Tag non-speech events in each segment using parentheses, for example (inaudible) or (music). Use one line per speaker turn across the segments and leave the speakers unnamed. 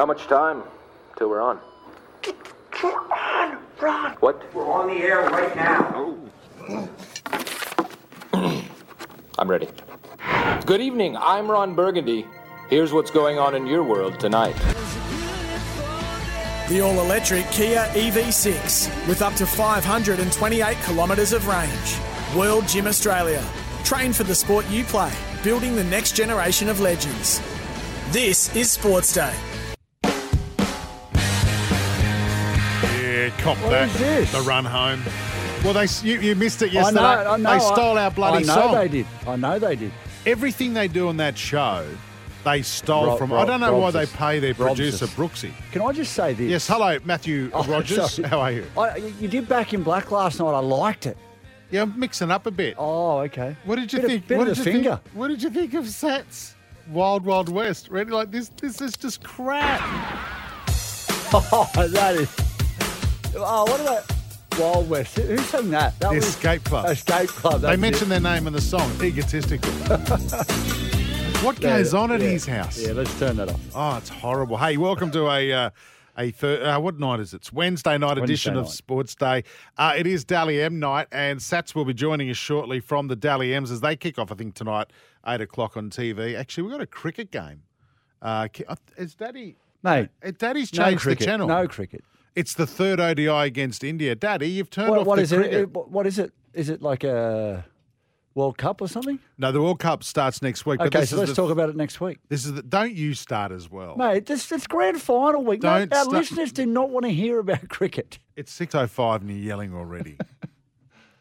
How much time till we're on?
We're on, Ron.
What?
We're on the air right now.
I'm ready. Good evening. I'm Ron Burgundy. Here's what's going on in your world tonight.
The all electric Kia EV6 with up to 528 kilometres of range. World Gym Australia. Train for the sport you play, building the next generation of legends. This is Sports Day.
Yeah, cop
What
that.
is this?
The run home. Well, they you, you missed it
I
yesterday.
know, I know.
they stole
I-
our bloody
I know
song.
they did. I know they did.
Everything they do on that show, they stole
Rob-
from.
Rob-
I don't know why
Robs
they
us.
pay their
Robs
producer
us.
Brooksy.
Can I just say this?
Yes, hello, Matthew
(laughs) Oh,
Rogers.
sorry.
How are you?
I, you did Back in Black last night. I liked it.
Yeah, I'm mixing up a bit.
Oh, okay.
What did you
Bit of-
think?
bit
what
of
did
the
you
finger.
Think, what did you think of Sats? Wild Wild West. Really, like this. This is just crap.
(laughs) Oh, that is. Oh, what about Wild West? Who- Who sang that? That
The Escape Club.
Escape Club. that
They
was
mentioned
Oh, it.
their name in the song.
(laughs)
Egotistical. what
Yeah,
goes on at
yeah.
his house?
Yeah, let's turn that off.
Oh, it's horrible. Hey, welcome to a uh, a thir- uh, what night is it? It's Wednesday night edition of
night.
Sports Day. Uh, it is Dally M night, and Sats will be joining us shortly from the Dally M's as they kick off. I think tonight, eight o'clock on TV. Actually, we've got a cricket game. Uh, ki- uh, is Daddy?
Mate,
uh, Daddy's
no
changed
cricket.
the channel.
No cricket.
It's the third ODI against India. Daddy, you've turned
What-
off
what
the
is it?
cricket.
it? what- What is it? Is it like a World Cup or something?
No, the World Cup starts next week. but
Okay,
this
so
is
let's
the,
talk about it next week.
This is the, don't you start as well.
Mate, this, it's grand final week.
Oh. Don't
Mate, our
sta-
listeners do not want to hear about (laughs) cricket.
It's six oh five, and you're yelling
(laughs)
already.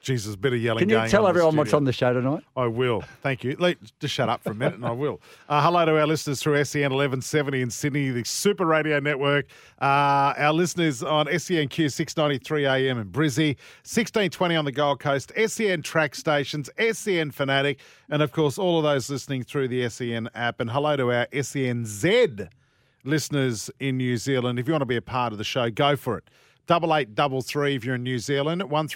Jesus, bit of yelling.
Can you
going
tell
on in
everyone what's
studio.
on the show tonight?
I will. Thank you. Let, just shut up for a minute and I will. Uh, hello to our listeners through E SEN 1170 in Sydney, the Super Radio Network. Uh, our listeners on E SENQ 693 AM in Brizzy, 1620 on the Gold Coast, SEN track stations, SEN Fanatic, and of course, all of those listening through the SEN app. And hello to our E SENZ listeners in New Zealand. If you want to be a part of the show, go for it. Double eight double three if you're in New Zealand. One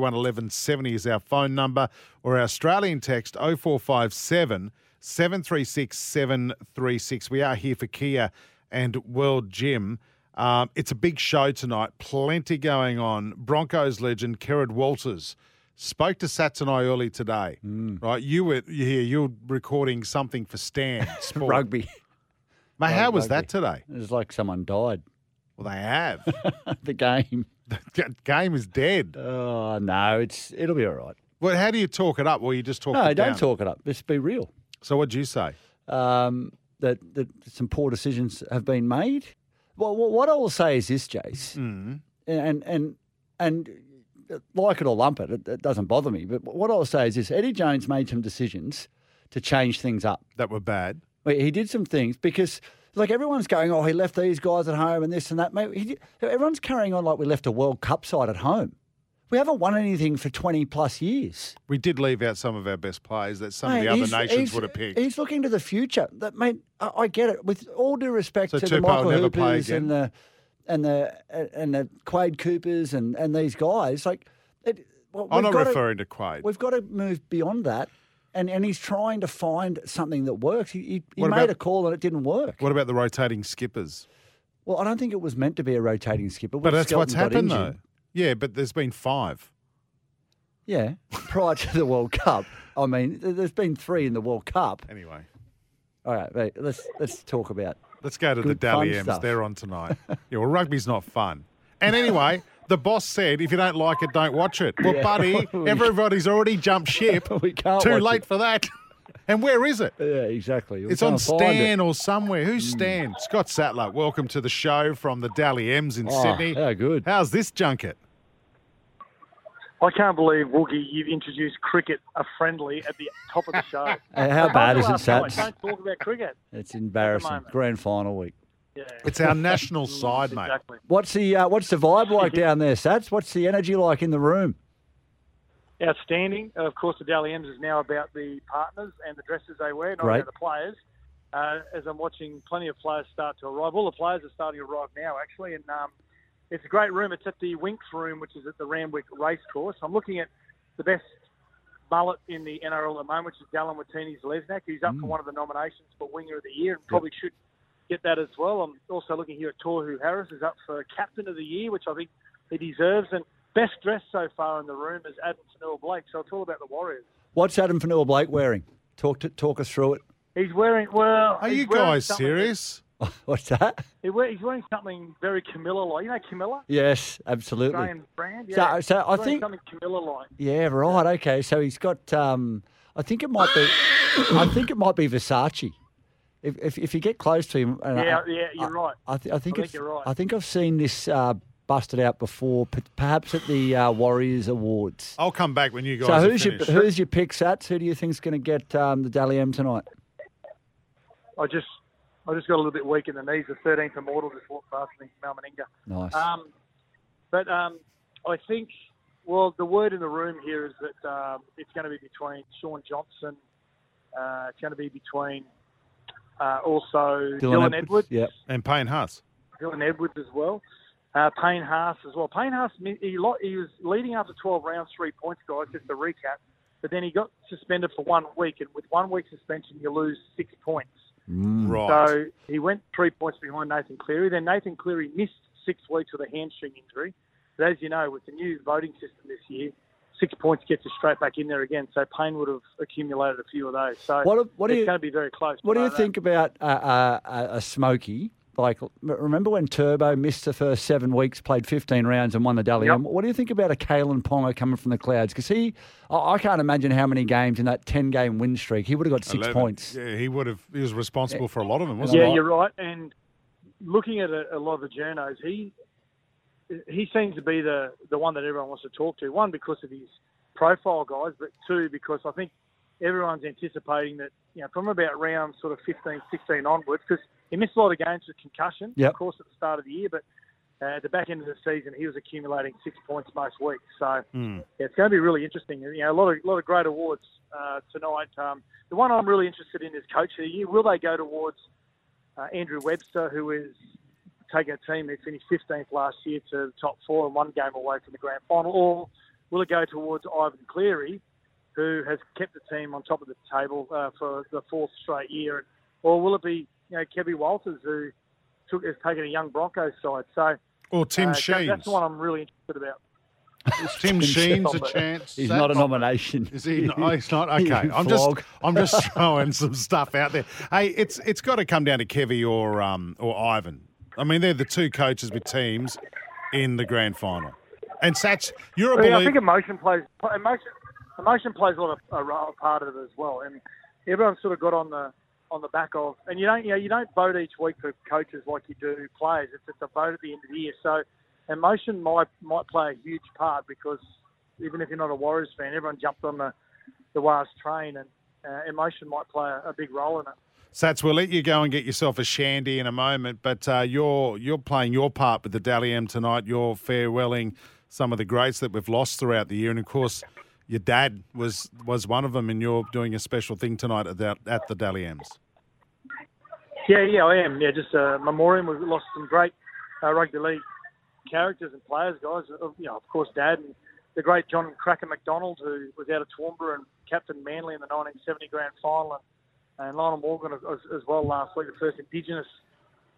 1170 is our phone number, or our Australian text 0457 736 736. We are here for Kia and World Gym. Um, it's a big show tonight. Plenty going on. Broncos legend Kerrod Walters spoke to Sats and I early today.
Mm.
Right, you were here. You're recording something
(laughs)
for Stan Sport.
Rugby.
Mate, how was that
Rugby.
today?
It was like someone died.
Well, they have.
at (laughs) The game.
(laughs) the game is dead.
Oh no, it's it'll be all right.
Well, how do you talk it up? Well, you just talk
No,
it
don't
down.
talk it up. Just be real.
So what'd you say?
Um, that that some poor decisions have been made. Well, wh- what I will say is this, Jace,
Mm.
and and and like it or lump it, it, it doesn't bother me. But what I'll say is this: Eddie Jones made some decisions to change things up.
That were bad.
Well, He did some things because, like, everyone's going, oh, he left these guys at home and this and that. Mate, he did, everyone's carrying on like we left a World Cup side at home. We haven't won anything for 20 plus years.
We did leave out some of our best players that some
Mate,
of the
he's-
other nations
he's-
would have picked.
He's looking to the future. That, mate, I, I get it. With all due respect
So
to the
Tupou
Michael
never play
Hoopers and the and the and the Quade Coopers and, and these guys, like, it, well,
I'm
we've
not
gotta-
referring to Quade.
We've got to move beyond that. And, and he's trying to find something that works. He, he, he
What
made
about-
a call and it didn't work.
What about the rotating skippers?
Well, I don't think it was meant to be a rotating skipper.
But
When
that's what's
Skelton
happened,
got
though.
injured-
Yeah, but there's been five.
Yeah, prior to the World Cup. I mean, th- there's been three in the World Cup.
Anyway,
All right, mate, let's let's talk about.
let's go to the
Good fun
Dally M's.
stuff.
They're on tonight. yeah, well, rugby's not fun. And anyway, the boss said, if you don't like it, don't watch it. Well,
Yeah. (laughs)
buddy, everybody's already jumped ship.
We can't
Too
watch
late
it.
for that. And where is it?
Yeah, exactly.
It's on Stan or somewhere. Who's
Hmm.
Stan? Scott Sattler. Welcome to the show from the Dally M's in
Oh,
Sydney.
how good.
How's this junket?
I can't believe, Woogie, you've introduced cricket a friendly at the top of the show.
Uh, How
I
bad
told
is
you
it,
last night,
Sats?
Don't talk about cricket.
It's embarrassing.
moment.
Grand final week.
Yeah,
It's our national side, mate.
exactly.
What's the uh, what's the vibe like down there, Sats? What's the energy like in the room?
Outstanding. Of course, the Dally M's is now about the partners and the dresses they wear, not
Great.
about the players. Uh, as I'm watching plenty of players start to arrive. All the players are starting to arrive now, actually. And um, it's a great room. It's at the Winks room, which is at the Ramwick Racecourse. I'm looking at the best mullet in the
Mm.
NRL at the moment, which is Dallin Watini's Lesnak, who's up for one of the nominations for Winger of the Year and probably should get that as well. I'm also looking here at Torhu Harris, who's up for Captain of the Year, which I think he deserves. And best dressed so far in the room is Adam Fanua Blake. So it's all about the Warriors.
What's Adam Fanua Blake wearing? Talk to, talk us through it.
He's wearing well.
Are
he's
you
wearing
guys
something-
serious?
(laughs) What's that?
he wear- He's wearing something very Camilla like. You know Camilla,
Yes, absolutely.
Australian brand.
So-
Yeah.
so I
He's wearing
think-
something Camilla like.
Yeah, right. Okay, so he's got. Um, I think it might be. I think it might be Versace. If if, if you get close to him, and
Yeah,
I,
yeah, you're right.
I, th- I think,
I think
it's-
you're right.
I think I've seen this uh, busted out before, p- perhaps at the uh, Warriors Awards.
I'll come back when you guys.
so
are
who's your
finished.
who's your pick, Sats? Who do you think's going to get um, the Dally M tonight?
I just I just got a little bit weak in the knees. The 13th immortal just walked past me, Mal Meninga.
Nice.
Um, but um, I think, well, the word in the room here is that um, it's going to be between Sean Johnson. Uh, it's going to be between uh, also Dylan, Edwards.
Yeah.
and Payne Haas.
Dylan Edwards as well. Uh, Payne Haas as well. Payne Haas, mi- he, lo- he was leading after 12 rounds, three points, guys, just a recap. But then he got suspended for one week, and with one week suspension, you lose six points.
Right.
So he went three points behind Nathan Cleary. Then Nathan Cleary missed six weeks with a hamstring injury. But as you know, with the new voting system this year, six points gets you straight back in there again. So Payne would have accumulated a few of those. So
What- what do
it's
you-
going to be very close.
What do you
But, uh,
think about uh, uh, uh, a smoky? Like, m- remember when Turbo missed the first seven weeks, played 15 rounds and won the Dally
Yep.
M? What do you think about a Kalen Ponga coming from the clouds? Because he, I I can't imagine how many games in that 10 game win streak, he would have got six
11.
points.
Yeah, he would have. He was responsible for a lot of them, wasn't
Yeah,
he?
you're right. And looking at a, a lot of the journos, he he seems to be the the one that everyone wants to talk to. One because of his profile, guys, but two because I think everyone's anticipating that you know from about round sort of 15, 16 onwards, because he missed a lot of games with concussion,
Yep.
of course, at the start of the year, but. Uh, at the back end of the season, he was accumulating six points most weeks. So yeah, it's going to be really interesting. You know, a lot of lot of great awards uh, tonight. Um, the one I'm really interested in is Coach of the Year. Will they go towards uh, Andrew Webster, who is taking a team that finished 15th last year to the top four and one game away from the grand final, or will it go towards Ivan Cleary, who has kept the team on top of the table uh, for the fourth straight year, or will it be you know Kevin Walters, who took, has taken a young Broncos side? So
Or Tim
uh, that-
Sheens.
that's the one I'm really interested about.
Is Tim Sheen's a
Sheens.
chance.
He's
That-
not a nomination.
Is he? No,
(laughs)
he's not.
You
Okay, I'm just
flog.
I'm
(laughs)
just throwing some stuff out there. Hey, it's it's got to come down to Kevy or um or Ivan. I mean, they're the two coaches with teams in the grand final. And Sats, you're a
Well, yeah, I
believer.
think emotion plays emotion emotion plays a lot of a role- part of it as well, and everyone sort of got on the on the back of, and you don't you know you don't vote each week for coaches like you do players. It's it's a vote at the end of the year, so emotion might might play a huge part because even if you're not a Warriors fan, everyone jumped on the the Wars train, and uh, emotion might play a, a big role in it.
Sats, we'll let you go and get yourself a shandy in a moment, but uh, you're you're playing your part with the Dally M tonight. You're farewelling some of the greats that we've lost throughout the year, and of course, your dad was was one of them. And you're doing a special thing tonight at the, at the Dally M's.
Yeah, yeah, I am. Yeah, just a memoriam. We've lost some great uh, rugby league characters and players, guys. Of- You know, of course, Dad and the great John Cracker McDonald, who was out of Toowoomba and captain Manly in the 1970 Grand Final, and, and Lionel Morgan as, as well last week, the first Indigenous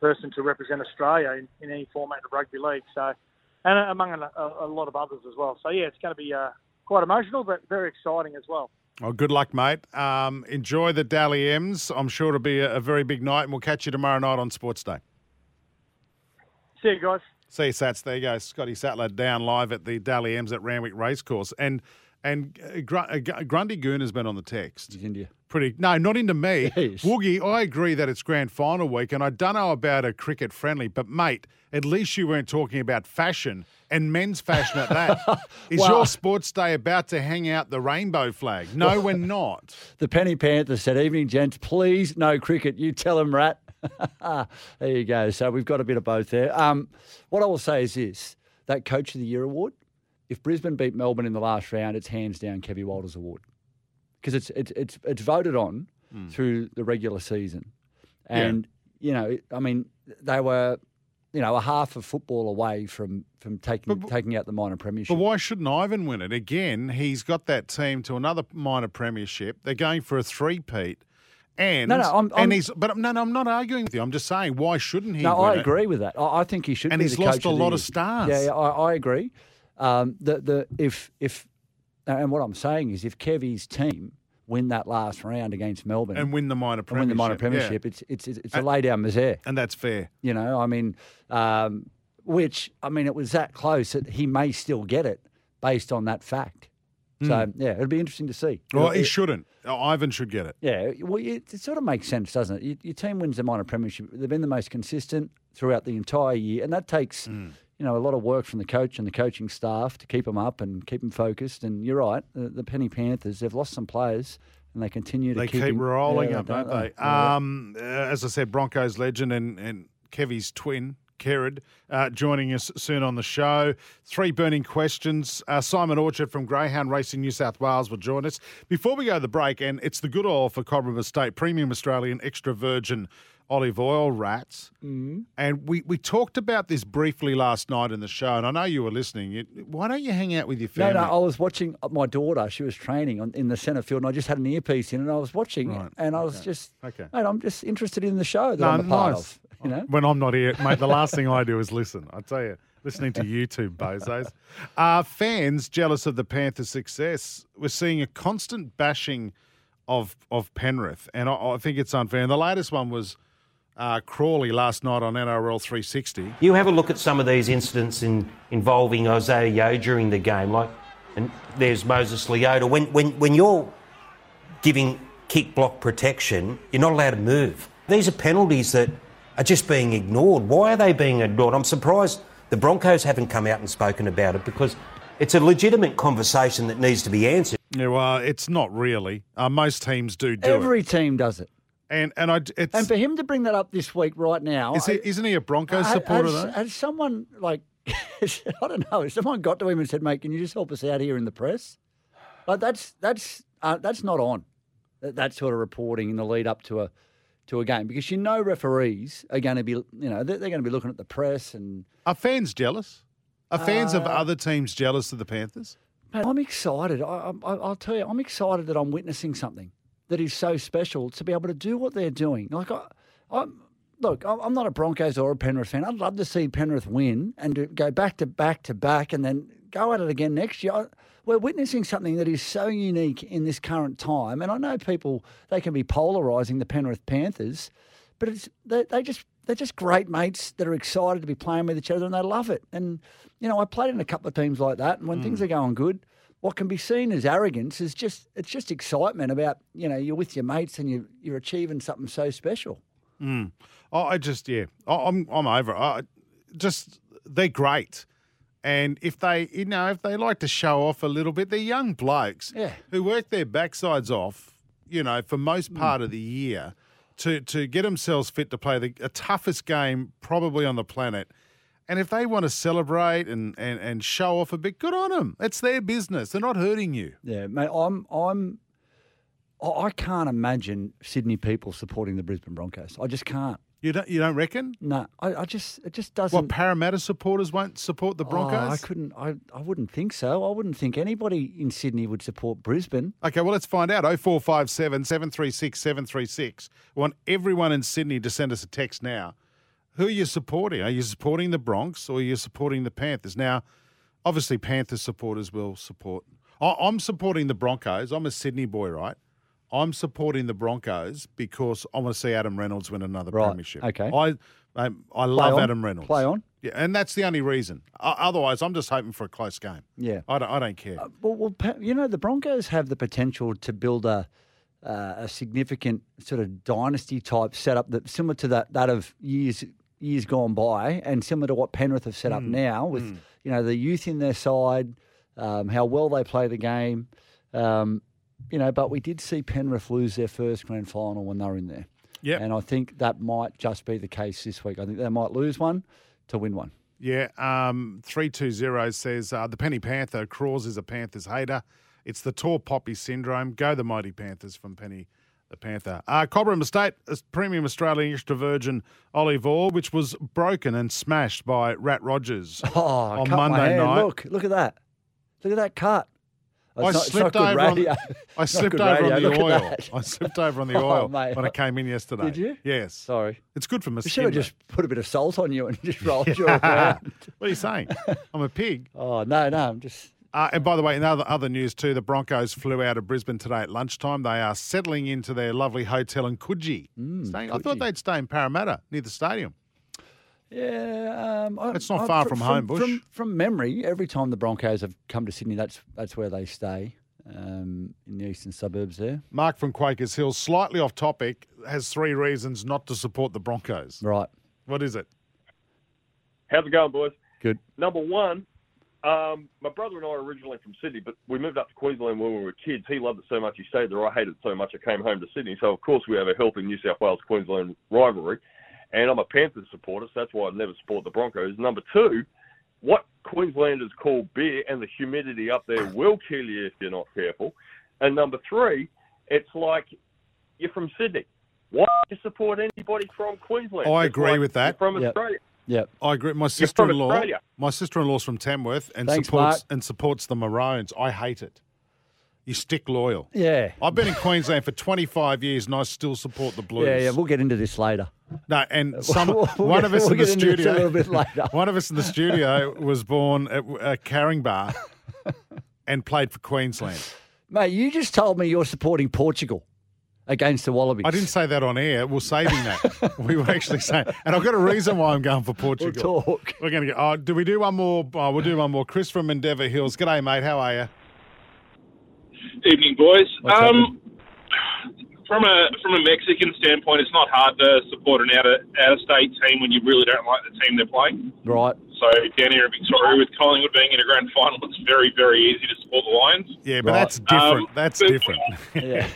person to represent Australia in, in any format of rugby league. So, and uh, among a, a, a lot of others as well. So yeah, it's going to be uh, quite emotional, but very exciting as well.
Well, good luck, mate. Um, enjoy the Dally M's. I'm sure it'll be a, a very big night, and we'll catch you tomorrow night on Sports Day.
See you guys.
See you, Sats. There you go. Scotty Sattler down live at the Dally M's at Ranwick Racecourse, and and uh, Gr- uh, Gr- Grundy Goon has been on the text.
He's India.
pretty. No, not into me.
(laughs) Yes.
Woogie, I agree that it's grand final week, and I don't know about a cricket friendly, but mate, at least you weren't talking about fashion and men's fashion
(laughs)
at that. Is
Well-
your sports day about to hang out the rainbow flag? (laughs) No, we're not.
The Penny Panther said, Evening, gents, please no cricket. You tell him, rat. (laughs) there you go. So we've got a bit of both there. Um, what I will say is this that Coach of the Year award, if Brisbane beat Melbourne in the last round, it's hands down Kevy Walters award because it's, it's, it's, it's voted on
Hmm.
through the regular season. And, you know, I mean, they were, you know, a half of football away from, from taking, (laughs) taking out the minor premiership.
But why shouldn't Ivan win it? Again, he's got that team to another minor premiership. They're going for a three-peat. And
No, no, I'm- I'm-
and he's but no, no, I'm not arguing with you. I'm just saying why shouldn't he?
No, I
win it?
agree with that. I, I think he should.
And
be
he's
the
lost
coach
a
the
lot
year.
of stars.
Yeah, yeah I, I agree. Um, the the if if and what I'm saying is if Kevy's team win that last round against Melbourne
And win the minor
and
premiership.
win the minor
yeah.
premiership, it's it's it's it's a lay down misere.
And that's fair.
You know, I mean, um, which I mean, it was that close that he may still get it based on that fact. So yeah, it'll be interesting to see.
Hmm. Well,
It'll-
he
it-
shouldn't. Uh, Ivan should get it.
yeah, well, it, it sort of makes sense, doesn't it? Your, your team wins the minor premiership. They've been the most consistent throughout the entire year, and that takes
Mm.
you know a lot of work from the coach and the coaching staff to keep them up and keep them focused. And you're right, the, the Penny Panthers they've lost some players, and they continue to
They keep,
him-
rolling
Yeah,
up, don't they?
Yeah.
Um, uh, as I said, Broncos legend and and Kevy's twin. Kerrod, uh, joining us soon on the show. Three burning questions. Uh, Simon Orchard from Greyhound Racing New South Wales will join us. Before we go to the break, and it's the good oil for Cobram Estate, premium Australian extra virgin olive oil rats. And we, we talked about this briefly last night in the show, and I know you were listening. It, why don't you hang out with your
no,
family?
no, I was watching uh, my daughter. She was training on, in the centre field, and I just had an earpiece in, and I was watching,
Right.
and I was just,
Okay.
mate, I'm just interested in the show that
No,
I'm a part
nice. Oh,
of. You know,
When I'm not here, mate, the last thing I do is listen. I tell you, listening to YouTube bozos. Are fans jealous of the Panthers' success? We're seeing a constant bashing of of Penrith, and I, I think it's unfair. And the latest one was uh, Crawley last night on NRL 360.
You have a look at some of these incidents in, involving Isaiah Yo during the game, like, and there's Moses Leota. When, when, when you're giving kick block protection, you're not allowed to move. These are penalties that are just being ignored. Why are they being ignored? I'm surprised the Broncos haven't come out and spoken about it because it's a legitimate conversation that needs to be answered.
Yeah, well, uh, it's not really. Uh, most teams do do it,
every team does it.
and and I it's
And for him to bring that up this week, right now,
is
I-
he, isn't he a Broncos
has-
supporter
has,
though?
has someone like (laughs) I don't know? Has someone got to him and said, "Mate, can you just help us out here in the press?" Like that's that's uh, that's not on that, that sort of reporting in the lead up to a to a game because you know referees are going to be you know they're, they're going to be looking at the press and
Are fans jealous? Are fans
uh,
of other teams jealous of the Panthers?
Mate, I'm excited. I, I, I'll tell you, I'm excited that I'm witnessing something that is so special to be able to do what they're doing. Like, I, I'm, look, I'm I'm not a Broncos or a Penrith fan. I'd love to see Penrith win and to go back to back to back and then go at it again next year. I- We're witnessing something that is so unique in this current time. And I know people, they can be polarising the Penrith Panthers, but it's they, they just they're just great mates that are excited to be playing with each other and they love it. And you know, I played in a couple of teams like that, and
Hmm.
when things are going good, what can be seen as arrogance is just it's just excitement about you know you're with your mates and you you're achieving something so special.
Oh, I just yeah, I, I'm I'm over. it. I just they're great, and if they you know if they like to show off a little bit, they're young blokes
Yeah.
who work their backsides off, you know, for
Mm.
most part of the year to to get themselves fit to play the, the toughest game probably on the planet. And if they want to celebrate and, and, and show off a bit, good on them. It's their business. They're not hurting you.
Yeah, mate, I'm Um, I'm I I can't imagine Sydney people supporting the Brisbane Broncos. I just can't.
You don't you don't reckon?
No, I, I just it just doesn't.
What Parramatta supporters won't support the
Oh,
Broncos?
I couldn't. I, I wouldn't think so. I wouldn't think anybody in Sydney would support Brisbane.
Okay, well, let's find out. 0457 736 736. We want everyone in Sydney to send us a text now. Who are you supporting? Are you supporting the Bronx or are you supporting the Panthers? Now, obviously, Panthers supporters will support. I- I'm supporting the Broncos. I'm a Sydney boy, right? I'm supporting the Broncos because I want to see Adam Reynolds win another
Right,
premiership.
okay.
I, I, I love
on,
Adam Reynolds.
play on.
Yeah, and that's the only reason. O- otherwise, I'm just hoping for a close game.
Yeah.
I don't, I don't care.
Well, well, pa- you know, the Broncos have the potential to build a uh, a significant sort of dynasty type setup that similar to that that of years years gone by, and similar to what Penrith have set up now with you know the youth in their side, um, how well they play the game, um, you know. But we did see Penrith lose their first grand final when they were in there.
Yep.
And I think that might just be the case this week. I think they might lose one to win one.
Yeah, um, 320 says uh, the Penny Panther, Craws is a Panthers hater. It's the tall poppy syndrome. Go the mighty Panthers from Penny the Panther. Uh, Cobram Estate, is premium Australian extra virgin olive oil, which was broken and smashed by Rat Rogers
(laughs) Oh, I
on
cut my
Monday
hand.
night.
Look, look at that. Look at that cut. It's
I
not- it's not
slipped
good
over.
(laughs)
On,
radio.
I
It's not
slipped
good
over on
radio.
the
Look at
oil.
that. (laughs)
I slipped over on the
Oh,
oil
mate.
when I came in yesterday.
Did you?
Yes.
Sorry.
It's good for my
We should
skin.
have
though.
just put a bit of salt on you and (laughs) just rolled you
what (laughs)
around.
are you saying? I'm a pig.
(laughs) Oh no, no, I'm just
Uh, and by the way, in other, other news too, the Broncos flew out of Brisbane today at lunchtime. They are settling into their lovely hotel in Coogee. Staying- I
Mm,
thought
Coogee.
they'd stay in Parramatta near the stadium.
yeah. Um, I-
It's not
I-
far
fr-
from home, Bush.
From, from memory, every time the Broncos have come to Sydney, that's that's where they stay um, in the eastern suburbs there.
Mark from Quakers Hill, slightly off topic, has three reasons not to support the Broncos.
Right.
What is it?
How's it going, boys?
Good.
Number one, um, my brother and I are originally from Sydney, but we moved up to Queensland when we were kids. He loved it so much, he stayed there. I hated it so much, I came home to Sydney. So, of course, we have a healthy New South Wales Queensland rivalry. And I'm a Panthers supporter, so that's why I never support the Broncos. Number two, what Queenslanders call beer and the humidity up there will kill you if you're not careful. And number three, it's like you're from Sydney. Why do you support anybody from Queensland?
I
It's
agree
like
with that.
you're From
Yep.
Australia.
Yep.
I agree. My
from
sister-in-law,
Australia.
my sister-in-law's from Tamworth and
Thanks,
supports
Mark.
and supports the Maroons. I hate it. You stick loyal.
Yeah.
I've been in Queensland for 25 years and I still support the Blues.
Yeah, yeah. We'll get into this later.
No,
(laughs)
and some
We'll- we'll
one
get-
of us
we'll
in the
get into this a
studio
little bit later.
(laughs) One of us in the studio was born at uh, Caringbar and played for Queensland.
Mate, you just told me you're supporting Portugal against the Wallabies.
I didn't say that on air. We're saving
(laughs)
that. we were actually saying, and I've got a reason why I'm going for
We'll
Portugal.
talk.
We're going to get. Oh, do we do one more? Oh, we'll do one more. Chris from Endeavour Hills. G'day, mate. How are you?
Evening, boys.
What's
um, from a from a Mexican standpoint, it's not hard to support an out of out of state team when you really don't like the team they're playing.
Right.
So down here in Victoria, with Collingwood being in a grand final, it's very very easy to support the Lions.
Yeah, but
Right.
that's different.
Um,
that's
but-
different.
(laughs) Yeah.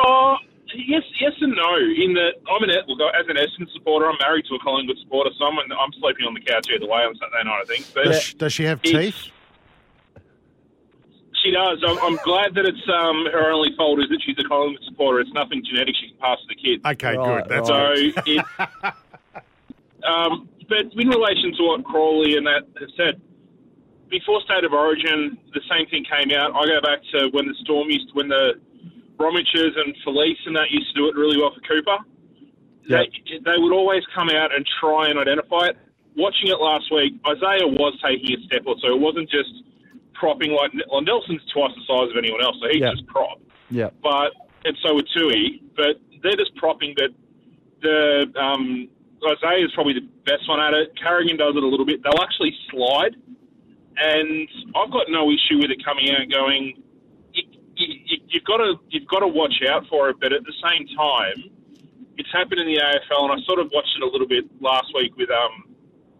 Oh, yes, yes and no. In that I'm an E, look as an Essendon supporter, I'm married to a Collingwood supporter, so I'm, I'm sleeping on the couch either way on Saturday night. I think, but
does, she, does she have
It's-
teeth?
She does. I'm, I'm glad that it's um, her only fault is that she's a Collingwood supporter. It's nothing genetic she can pass to the kids.
Okay,
Right,
good. That's
right.
So
(laughs)
it, um, but in relation to what Crawley and that have said, before State of Origin, the same thing came out. I go back to when the Storm used, when the Bromwiches and Felice and that used to do it really well for Cooper. They, they would always come out and try and identify it. Watching it last week, Isaiah was taking a step or two. It wasn't just propping like well, Nelson's twice the size of anyone else, so he's
Yeah.
just prop
Yeah.
but and so were Tui. But they're just propping that the um, Isaiah is probably the best one at it. Carrigan does it a little bit. They'll actually slide, and I've got no issue with it coming out and going. You, you, you've got to you've got to watch out for it, but at the same time, it's happened in the AFL, and I sort of watched it a little bit last week with um,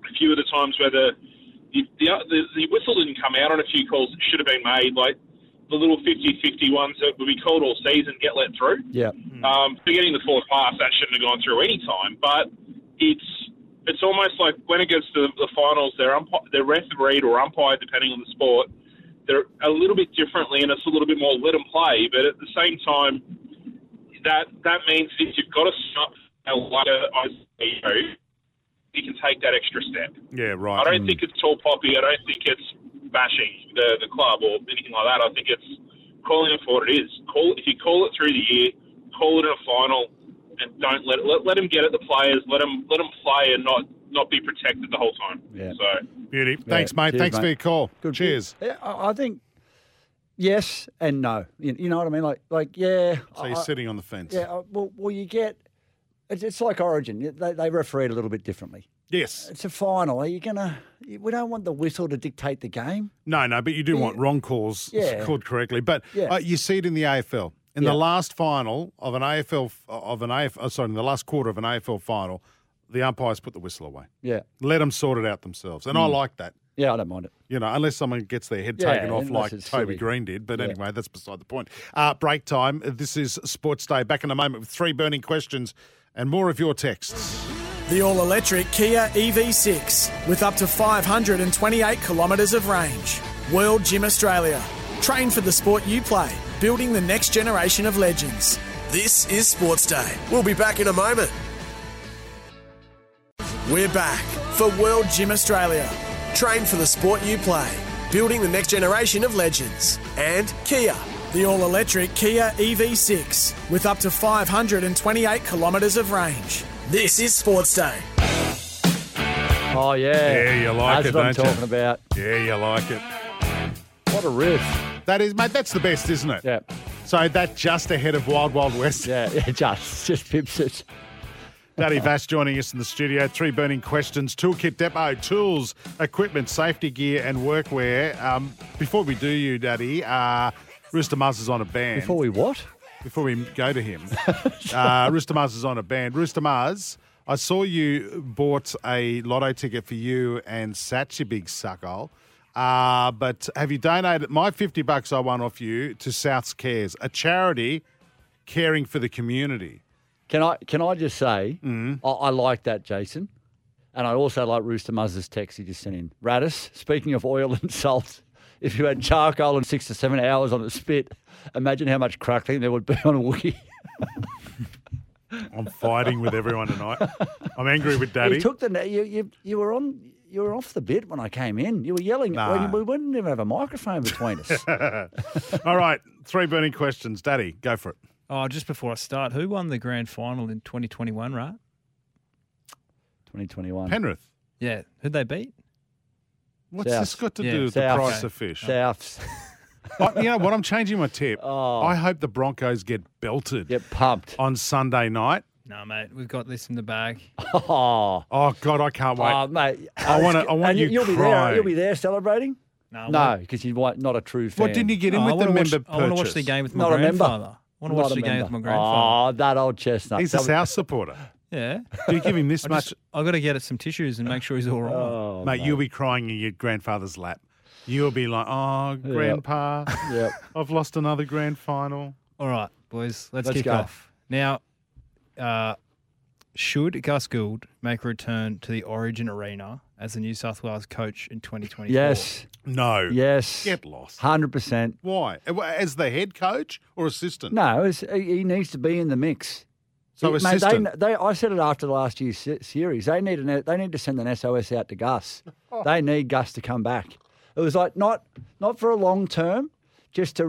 a few of the times where the the, the, the the whistle didn't come out on a few calls that should have been made, like the little 50-50 ones that would be called all season get let through.
Yeah.
Um, forgetting the fourth pass, that shouldn't have gone through any time. But it's it's almost like when it gets to the finals, they're ump- they're refereed or umpired depending on the sport. They're a little bit differently, and it's a little bit more let them play. But at the same time, that that means that you've got to stop a lot of ICO. You can take that extra step.
yeah, right. Mm.
I don't think it's tall poppy. I don't think it's bashing the, the club or anything like that. I think it's calling it for what it is. Call if you call it through the year, call it in a final, and don't let let, let him get at the players. Let him let him play and not not be protected the whole time.
Yeah.
So.
Beauty. Thanks, mate.
cheers,
Thanks for
mate.
your call.
Good.
Cheers.
Yeah, I I think yes and no. You, you know what I mean? Like, like yeah.
So you're
I-
sitting on the fence.
yeah. I- Well, well, you get. It's, it's like Origin. They, they referee it a little bit differently.
Yes.
It's a final. Are you gonna? We don't want the whistle to dictate the game.
No, no, but you do want wrong calls
Yeah.
called correctly. But
Yeah.
uh, you see it in the AFL. In
Yeah.
the last final of an AFL f- of an AFL, oh, sorry, in the last quarter of an AFL final, the umpires put the whistle away.
Yeah.
Let them sort it out themselves, and I like that.
Mm. Yeah, I don't mind it.
You know, unless someone gets their head
Yeah,
taken off
unless
like Toby
it's silly.
Green did. But anyway, that's beside the point. Uh, break time. This is Sports Day. Back in a moment with three burning questions and more of your texts.
The all electric Kia E EV6 with up to 528 kilometres of range. World Gym Australia. Train for the sport you play, building the next generation of legends.
This is Sports Day. We'll be back in a moment.
We're back for World Gym Australia.
Train for the sport you play. building the next generation of legends. And Kia,
The all electric Kia EV6 with up to 528 kilometres of range.
this is Sports Day.
Oh, yeah.
Yeah, you like
That's
it,
what I'm
don't you?
talking about.
Yeah, you like it.
What a riff.
That is, mate. That's the best, isn't it?
Yeah,
So that just ahead of Wild Wild West.
yeah, yeah. (laughs) Just, just pips it.
Daddy Vass joining us in the studio. Three burning questions, toolkit depot, tools, equipment, safety gear, and workwear. Um, before we do you, Daddy, uh, Rooster Muzz is on a band.
Before we what?
Before we go to
(laughs)
him, uh, Rooster Muzz is on a band. Rooster Muzz, I saw you bought a lotto ticket for you and Satch, you big suckhole. Uh, but have you donated my 50 bucks I won off you to South's Cares, a charity caring for the community?
Can I can I just say
Mm.
I, I like that, Jason, and I also like Rooster Muzz's text he just sent in. Radis, speaking of oil (laughs) and salt, if you had charcoal and six to seven hours on a spit, imagine how much crackling there would be on a wookie.
I'm fighting with everyone tonight. I'm angry with Daddy.
You took the you, you you were on you were off the bit when I came in. You were yelling.
Nah.
We, we didn't even have a microphone between
(laughs)
us.
(laughs) All right, three burning questions. Daddy, go for it.
Oh, just before I start, who won the grand final in 2021, right?
Twenty twenty one.
Penrith,
Yeah. Who'd they beat?
what's
South.
this got to
Yeah,
do with
South.
the price
Okay.
of fish?
Souths
I, you know what? I'm changing
(laughs)
my tip. I hope the Broncos get belted
Oh. get pumped.
on
(laughs)
Sunday night.
No, mate, we've got this in the bag.
Oh,
Oh God, I can't wait.
oh, mate.
I wanna- I want
And
you
You'll be there. You'll
crying.
be there celebrating.
No,
No, because you are not a true fan.
what didn't you get in
I
with the
want to watch,
member
I want to watch
purchase?
the game with my
Not a member.
grandfather. I want to watch the game with my grandfather.
Oh, that old chestnut.
He's a
That was-
South supporter.
Yeah.
Do you give him this
(laughs) I
much,
just, I got to get it some tissues and make sure he's all right.
Oh,
mate? You'll be crying in your grandfather's lap. You'll be like, "Oh, grandpa,
(laughs) Yep.
I've lost another grand final."
All right, boys, let's,
Let's
kick
go.
off. Now, uh, should Gus Gould make a return to the Origin Arena as the New South Wales coach in 2024?
Yes.
No.
Yes.
Get lost.
Hundred percent.
Why? As the head coach or assistant?
No, it's, he he needs to be in the mix.
So
He- mate, they,
assistant.
they, I said it after last year's se- series. They need an, they need to send an SOS out to
(laughs)
Gus. They need Gus to come back. It was like not not for a long term, just to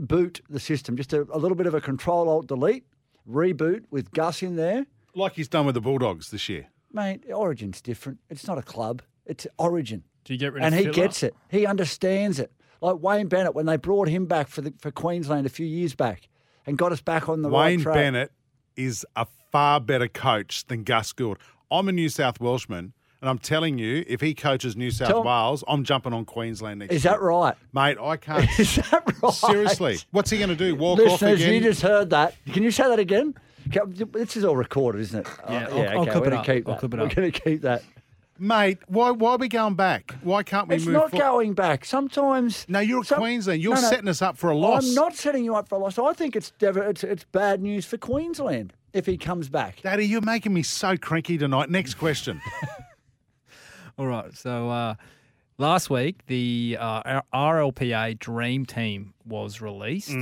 reboot the system, just a, a little bit of a control alt delete reboot with Gus in there.
like he's done with the Bulldogs this year.
Mate, Origin's different. It's not a club. It's Origin.
Do you get rid
and
of
he
Fittler?
gets it. He understands it. Like Wayne Bennett when they brought him back for the, for Queensland a few years back and got us back on the
Wayne
right track.
Bennett is a far better coach than Gus Gould. I'm a New South Welshman, and I'm telling you, if he coaches New South
Tell-
Wales, I'm jumping on Queensland next
Is
year.
that right?
Mate, I can't.
(laughs) Is that right?
Seriously, what's he going to do? Walk off
Listeners,
again?
you just heard that. Can you say that again? Can- This is all recorded, isn't it? Uh,
Yeah, I'll- I'll
okay,
clip
we're
it
gonna
up.
keep
I'll
that.
clip it
We're
up.
going to keep that.
Mate, why, why are we going back? Why can't we
it's
move
not
for-
going back. Sometimes.
No, you're a
some-
Queensland. You're
No, no.
setting us up for a loss.
I'm not setting you up for a loss. I think it's dev- it's, it's bad news for Queensland if he comes back.
Daddy, you're making me so cranky tonight.
(laughs)
Next question.
All right. So uh, last week, the uh, R- RLPA Dream Team was released.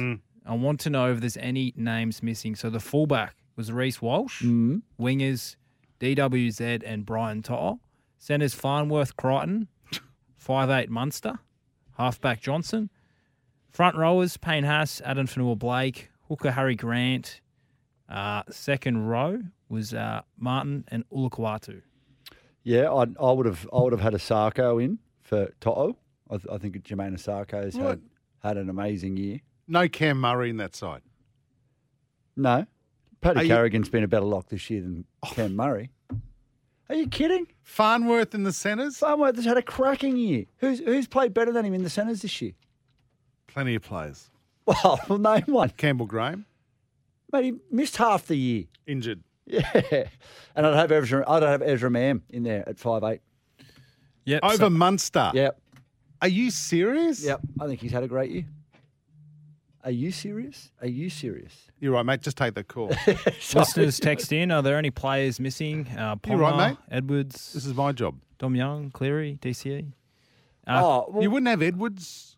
I want to know if there's any names missing. So the fullback was Reese Walsh, wingers DWZ and Brian Toll, centers Farnworth Crichton, five eight Munster, halfback Johnson, front rowers Payne Haas, Adam Fanua Blake, hooker Harry Grant. Uh, second row was uh, Martin and Ulukwatu.
Yeah, I, I would have I would have had a Sarko in for Toto. I, th- I think Jermaine Sarko's
What?
had, had an amazing year.
No Cam Murray in that side.
No, Paddy
Are you- Oh.
Carrigan's been a better lock this year than Cam Murray. Are you kidding?
Farnworth in the centres?
Farnworth has had a cracking year. Who's who's played better than him in the centres this year?
Plenty of players.
Well, (laughs) name one.
Campbell Graham?
Mate, he missed half the year.
Injured.
Yeah, and I'd have Ezra. I'd have Ezra Mam in there at five eight.
Yep.
Over
so-
Munster.
Yep,
Are you serious?
yep. I think he's had a great year. Are you serious? Are you serious?
You're right, mate. Just take
(laughs)
the call.
(laughs) Listeners text in. Are there any players missing? Uh,
You
Ponga,
right, mate?
Edwards,
this is my job.
Dom Young, Cleary, E. DCE. Uh,
oh, well-
you wouldn't have Edwards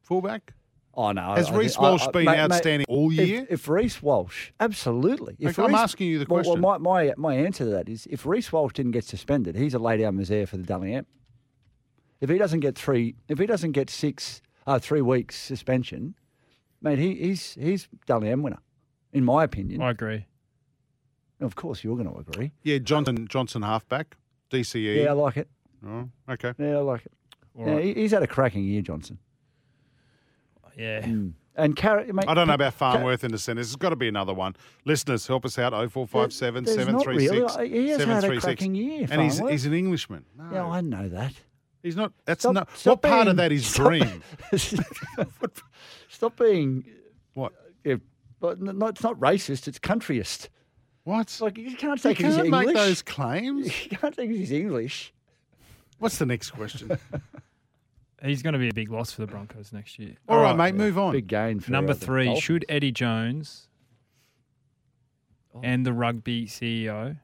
fullback?
Oh no!
Has
I think-
Reece
I-
Walsh
I-
been outstanding all
if-
year?
If, Reece Walsh, absolutely. If
Okay, I'm asking you the
well-
question.
Well, my, my my answer to that is, if Reece Walsh didn't get suspended, he's a lay down Mazaire for the Dalian. If he doesn't get three, if he doesn't get six, uh, three weeks suspension, man, he, he's he's Dally M winner, in my opinion.
I agree.
Of course, you're going to agree.
Yeah, Johnson Johnson halfback, DCE.
Yeah, I like it.
Oh, okay.
Yeah, I like it.
All
Yeah,
right.
he- he's had a cracking year, Johnson.
Yeah.
And Carrot, mate,
I don't know
Ca-
about Farmworth in the centres. There's got to be another one. Listeners, help us out. 0457
There's not really.
736
He has had a
736.
cracking year,
And he's,
Farnworth.
he's an Englishman.
Yeah, I know that.
He's not. That's
Stop-
not.
stop
what part
being-
of that is
stop-
dream?
(laughs) Stop being. uh,
What?
Yeah, but n- no, it's not racist. It's countryist.
What?
Like you can't
You
take his
can't
English. (laughs)
make those claims.
You can't take his English.
What's the next question?
He's going to be a big loss for the Broncos next year.
All right, mate, move on.
Big gain. For
Number
uh, the
three,
Dolphins.
should Eddie Jones
Oh.
and the rugby E CEO,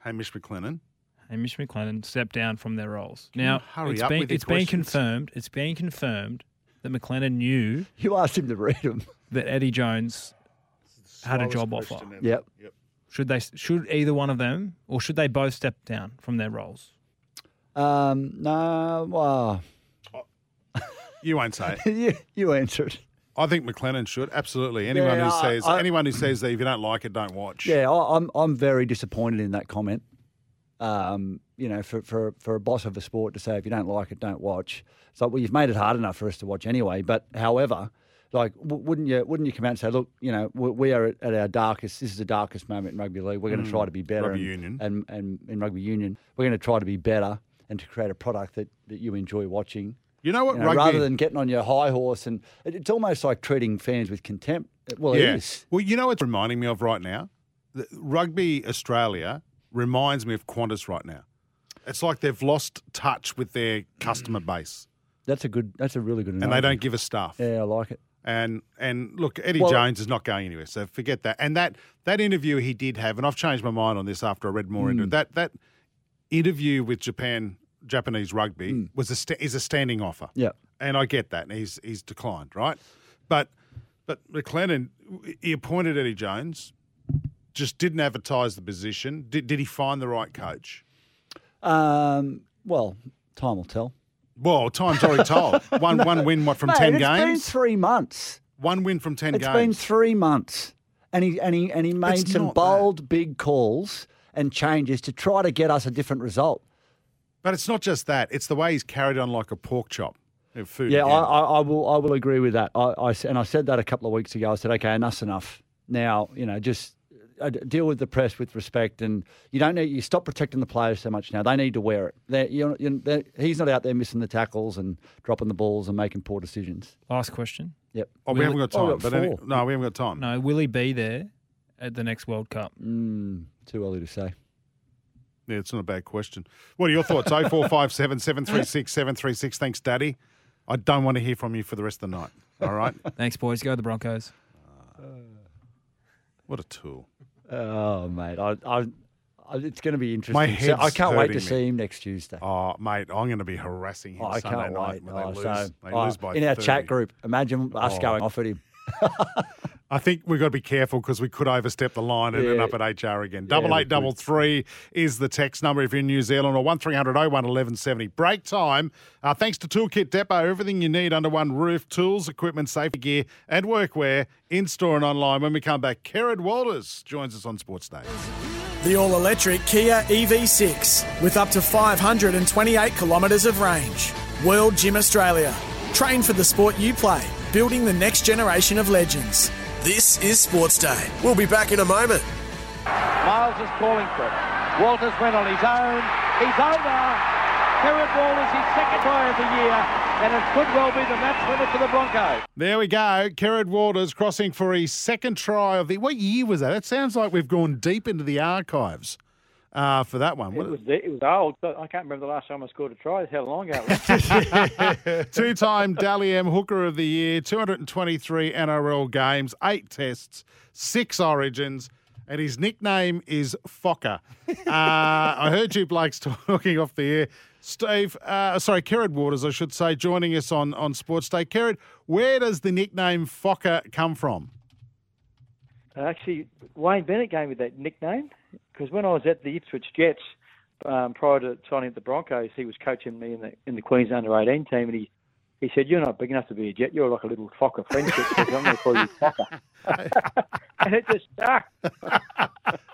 Hamish McLennan.
Hamish McLennan, step down from their roles? Now,
hurry
it's
up
been,
with your
it's been
questions?
confirmed. It's been confirmed that McLennan knew
You asked him to read them.
that Eddie Jones had a job offer.
Yep.
Should they? Should either one of them, or should they both step down from their roles?
Um, no. Well,
Oh. You won't say
(laughs)
it.
you, you answered.
(laughs) I think McLennan should absolutely. Anyone
Yeah,
who
I-
says
I-
anyone who says that if you don't like it, don't watch.
Yeah, I, I'm I'm very disappointed in that comment. Um, you know, for, for for a boss of a sport to say if you don't like it, don't watch. It's like well, you've made it hard enough for us to watch anyway. But however, like w- wouldn't you wouldn't you come out and say, look, you know, we, we are at, at our darkest. This is the darkest moment in rugby league. We're going to try to be better.
Hmm. Rugby
and,
union.
and and in rugby union, we're going to try to be better and to create a product that that you enjoy watching.
You know what?
You know,
rugby,
rather than getting on your high horse and it, it's almost like treating fans with contempt. Well, it is.
Well, you know what's reminding me of right now? The- Rugby Australia reminds me of Qantas right now. It's like they've lost touch with their customer base,
That's a good. That's a really good.
and they
analogy.
don't give a staff.
Yeah, I like it.
And and look, Eddie
Well-
Jones is not going anywhere, so forget that. And that that interview he did have, and I've changed my mind on this after I read more
Hmm.
into it. That that interview with Japan Japanese rugby
Hmm.
was a sta is a standing offer.
Yeah.
and I get that. and He's he's declined, right? But but McLennan, he appointed Eddie Jones, just didn't advertise the position. Did, did he find the right coach?
Um, well, time will tell.
Well, time's
(laughs)
already told. One one win what from
Mate,
ten
it's been
games?
three months.
One win from ten
It's
games.
been three months, and he and he and he made
It's
some
not
bold big calls and changes to try to get us a different result.
But it's not just that; it's the way he's carried on like a pork chop. of Food
Yeah,
again.
I, I, I will. I will agree with that. I, I s- and I said that a couple of weeks ago. I said, okay, enough's enough. Now, you know, just uh, d- deal with the press with respect, and you don't need. You stop protecting the players so much now. They need to wear it. They're, you're, you're, they're, he's not out there missing the tackles and dropping the balls and making poor decisions.
Last question.
Yep.
oh, we
Will-
haven't got
oh,
time.
we've got
but any-
four.
no, we haven't got time.
No, will he be there at the next World Cup?
Mm, too early to say.
Yeah, it's not a bad question. What are
(laughs)
your thoughts? 0457 736 736. Thanks, Daddy. I don't want to hear from you for the rest of the night. All right?
(laughs) Thanks, boys. Go the Broncos.
What a tool.
Oh, mate, I, I, I it's going to be interesting.
My
to see-
head's
I can't wait to
hurting me.
see him next Tuesday.
Oh, mate, I'm going to be harassing him
I
Sunday
can't
night
wait.
when they
Oh,
lose.
so-
they
oh,
lose by
in our
30.
chat group. Imagine us going off at him.
(laughs) I think we've got to be careful because we could overstep the line and end
Yeah.
up at HR again. Double eight double three is the text number if you're in New Zealand or one 1170. Break time. Uh, thanks to Toolkit Depot, everything you need under one roof: tools, equipment, safety gear, and workwear in store and online. When we come back, Kerrod Walters joins us on Sports Day.
The all electric Kia E EV6 with up to 528 kilometres of range. World Gym Australia. Train for the sport you play, building the next generation of legends.
This is Sports Day. We'll be back in a moment.
Miles is calling for it. Walters went on his own. He's over. Herod Wall is his second try of the year, and it could well be the match winner for the Broncos.
There we go. Kerrod Waters crossing for his second try of the. What year was that? It sounds like we've gone deep into the archives uh, for that one. What-
It was, it was old, but I can't remember the last time I scored a try. How long ago? it was.
Two time Dally M Hooker of the Year, 223 NRL games, eight tests, six origins, and his nickname is Fokker. Uh, I heard you, Blake's talking off the air. Steve, uh, sorry, Kerrod Waters, I should say, joining us on, on Sports Day. Kerrod, where does the nickname Fokker come from?
Actually, Wayne Bennett gave me that nickname because when I was at the Ipswich Jets,
um, prior to signing at the Broncos, he was coaching me in the in the Queensland under 18 team, and he he said, "You're not big enough to be a jet. You're like a little flock of friendship. I'm going to call you Fokker." and it just stuck.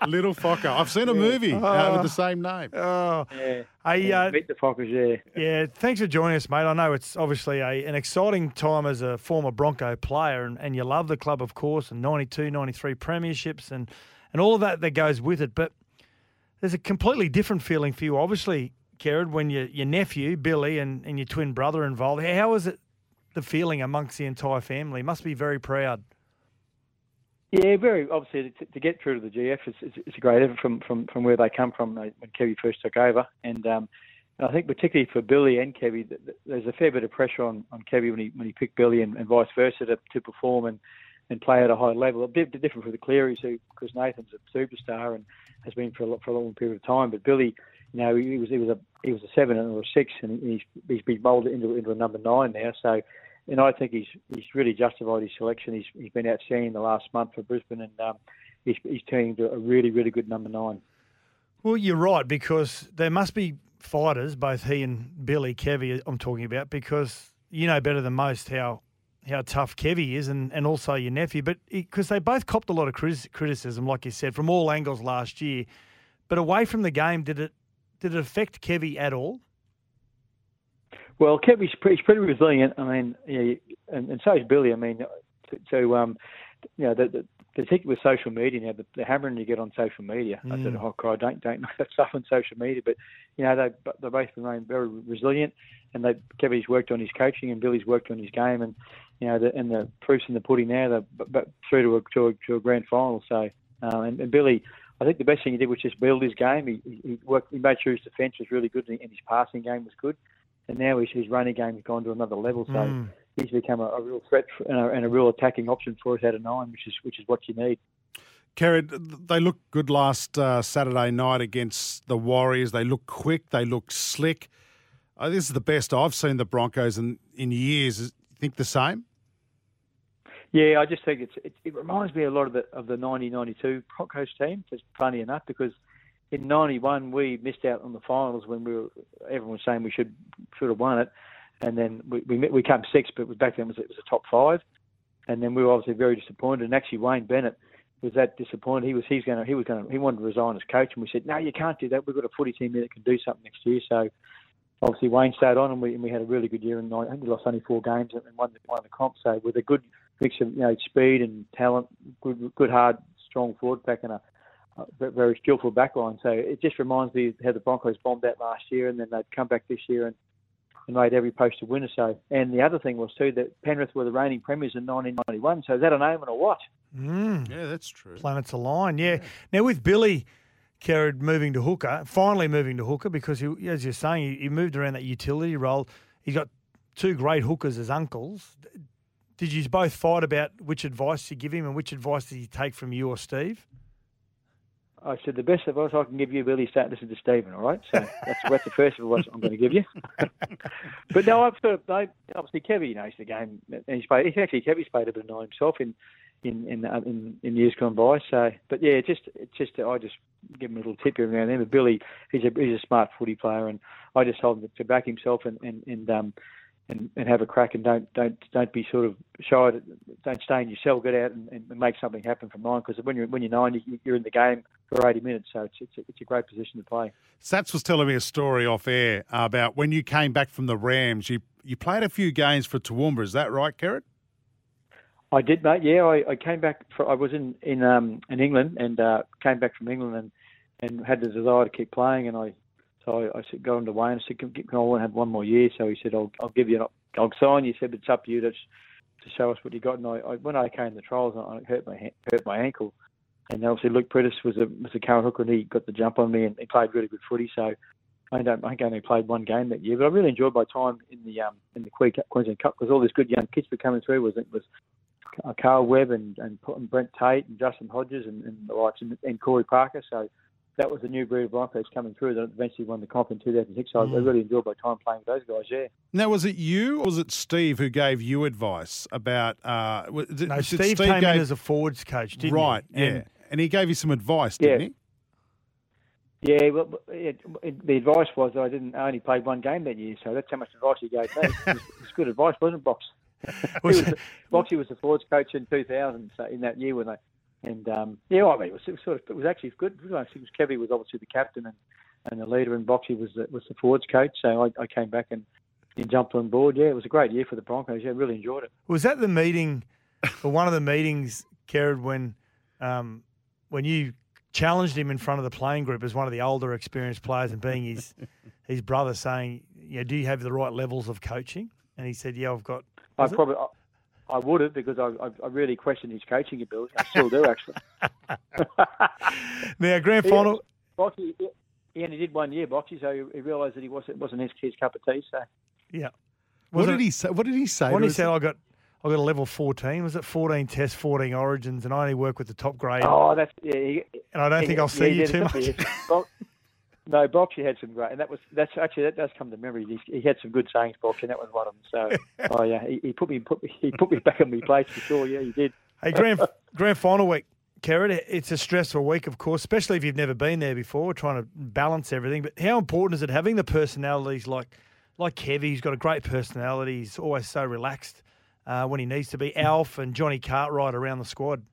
Little Fokker. I've seen a
Yeah.
movie uh, with
Oh.
the same name.
Oh,
yeah.
Hey, uh,
meet the Fokkers. Yeah.
Yeah, thanks for joining us, mate. I know it's obviously a, an exciting time as a former Bronco player, and, and you love the club, of course, and 92, 93 premierships and, and all of that that goes with it. But there's a completely different feeling for you, obviously, Gerard, when your, your nephew, Billy, and, and your twin brother are involved. How is it the feeling amongst the entire family? Must be very proud.
Yeah, very obviously to, to get through to the GF is, is, is a great effort from, from, from where they come from they- when Kevy first took over, and um, and I think particularly for Billy and Kevy, th- th- there's a fair bit of pressure on, on Kevy when he when he picked Billy and, and vice versa to, to perform and, and play at a high level. A bit different for the Clearys, who because Nathan's a superstar and has been for a, lot, for a long period of time, but Billy, you know, he was he was a he was a seven or a six, and he's he's been moulded into into a number nine now, so and I think he's he's really justified his selection. He's he's been outstanding the last month for Brisbane, and um, he's he's turning into a really really good number nine.
Well, you're right because there must be fighters, both he and Billy Kevy. I'm talking about because you know better than most how how tough Kevy is, and, and also your nephew. But because they both copped a lot of criti- criticism, like you said, from all angles last year. But away from the game, did it did it affect Kevy at all?
Well, Kevy's pretty, he's pretty resilient. I mean, yeah, and, and so is Billy. I mean, so um, you know, the, the, particularly with social media now, the, the hammering you get on social media. I said,
Mm.
oh, cry, don't don't make that (laughs) stuff on social media. But you know, they they both remain very resilient, and they Kevy's worked on his coaching, and Billy's worked on his game, and you know, the, and the proof's in the pudding now. They're but, but through to a, to a to a grand final. So, uh, and, and Billy. I think the best thing he did was just build his game. He, he- he worked. He made sure his defence was really good and his passing game was good and now his, his running game has gone to another level. So
Mm.
he's become a, a real threat for, and, a, and a real attacking option for us out of nine, which is which is what you need.
Kerrod, they look good last uh, Saturday night against the Warriors. They look quick. They look slick. Uh, this is the best I've seen the Broncos in, in years. Is- Think the same?
Yeah, I just think it's it, it reminds me a lot of the of the 1992 Broncos team. It's funny enough because in '91 we missed out on the finals when we were everyone was saying we should should have won it, and then we we, met- we came sixth, but back then it was it was a top five, and then we were obviously very disappointed. And actually Wayne Bennett was that disappointed. He was he's going to he was going to he wanted to resign as coach, and we said no, you can't do that. We've got a footy team here that can do something next year. So obviously Wayne stayed on, and we and we had a really good year. And I think we lost only four games and won won the comp. So with a good mix of you know speed and talent, good good hard strong forward pack and a, a ve- very skillful back line. So it just reminds me of how the Broncos bombed out last year, and then they've come back this year and, and made every post a winner. So and the other thing was too that Penrith were the reigning premiers in 1991. So is that an omen or what?
Mm.
Yeah, that's true.
Planets align. Yeah. Now with Billy Kerrod moving to hooker, finally moving to hooker because he, as you're saying, he, he moved around that utility role. He's got two great hookers as uncles. Did you both fight about which advice you give him and which advice did he take from you or Steve?
I said the best advice I can give you, Billy, is don't listen to Stephen. All right, so that's, that's the first advice I'm going to give you. but no, I've sort of, no, obviously Kevy knows the game, and he's played. He's actually Kevy's played a bit of nine himself in in in, uh, in in years gone by. So, but yeah, it's just it's just I just give him a little tip every now and then. But Billy, he's a he's a smart footy player, and I just told him to back himself and and and um. And, and have a crack, and don't don't don't be sort of shy. To, don't stay in your cell. Get out and, and make something happen from nine. Because when you're when you're nine, you, you're in the game for 80 minutes. So it's it's a, it's a great position to play.
Sats was telling me a story off air about when you came back from the Rams. You you played a few games for Toowoomba. Is that right, Kerrod?
I did, mate. Yeah, I, I came back. For, I was in in um, in England and uh, came back from England and, and had the desire to keep playing. And I so I, I said, got him to Wayne. I said, can, can I want to have one more year? So he said, I'll I'll give you an op- I'll sign. You said, but it's up to you to to show us what you got. And I, I when I came to the trials, I hurt my ha- hurt my ankle. And obviously, Luke Prentice was a was a current hooker, and he got the jump on me, and he played really good footy. So I don't I think I only played one game that year, but I really enjoyed my time in the um, in the Que- Queensland Cup because all these good young kids were coming through. Was it was uh, Carl Webb and, and and Brent Tate and Justin Hodges and, and the likes and, and Corey Parker. So that was the new breed of Broncos coming through that eventually won the comp in 2006. So I
Mm.
really enjoyed my time playing with those guys. Yeah.
Now, was it you or was it Steve who gave you advice about? Uh, was- did-
No,
did
Steve, came in as a forwards coach, didn't
right,
he?
yeah, and he gave you some advice,
Yeah.
didn't he?
Yeah, well, it, it, the advice was I didn't I only played one game that year, so that's how much advice he gave me. it, was, it was good advice, wasn't it, Box? was he was, Boxy was the Fords coach in 2000, so in that year when they and um, yeah, I mean, it was, it was sort of it was actually good. It was Kevy was obviously the captain and, and the leader, and Boxy was the, was the Fords coach. So I, I came back and, and jumped on board. Yeah, it was a great year for the Broncos. Yeah, really enjoyed it.
Was that the meeting, (laughs) or one of the meetings, Kerrod, when um, when you challenged him in front of the playing group as one of the older experienced players and being
(laughs)
his his brother, saying, "You know, do you have the right levels of coaching?" And he said, "Yeah, I've got."
I probably. I, I would have because I, I, really questioned his coaching ability. I still do, actually.
now, grand final.
Boxy, he only did one year, Boxy, so he realised that he wasn't wasn't his, his cup of tea. So,
yeah.
What did he say? What did he say?
When
to
he
us?
said, "I got, I got a level 14. Was it 14 tests, 14 origins, and I only work with the top grade?"
oh, that's yeah. He,
and I don't
yeah,
think I'll see
yeah,
you too
that's
much.
it. Bo- no, Boxy had some great, and that was that's actually that does come to memory. He, he had some good sayings, Boxy, and that was one of them. So,
(laughs)
oh yeah, he, he put me put me, he put me back on my place for sure. Yeah, he did.
Hey, grand grand final week, Kerrod. It's a stressful week, of course, especially if you've never been there before. We're trying to balance everything. But how important is it having the personalities like like Kevy? He's got a great personality. He's always so relaxed uh, when he needs to be. Alf and Johnny Cartwright around the squad.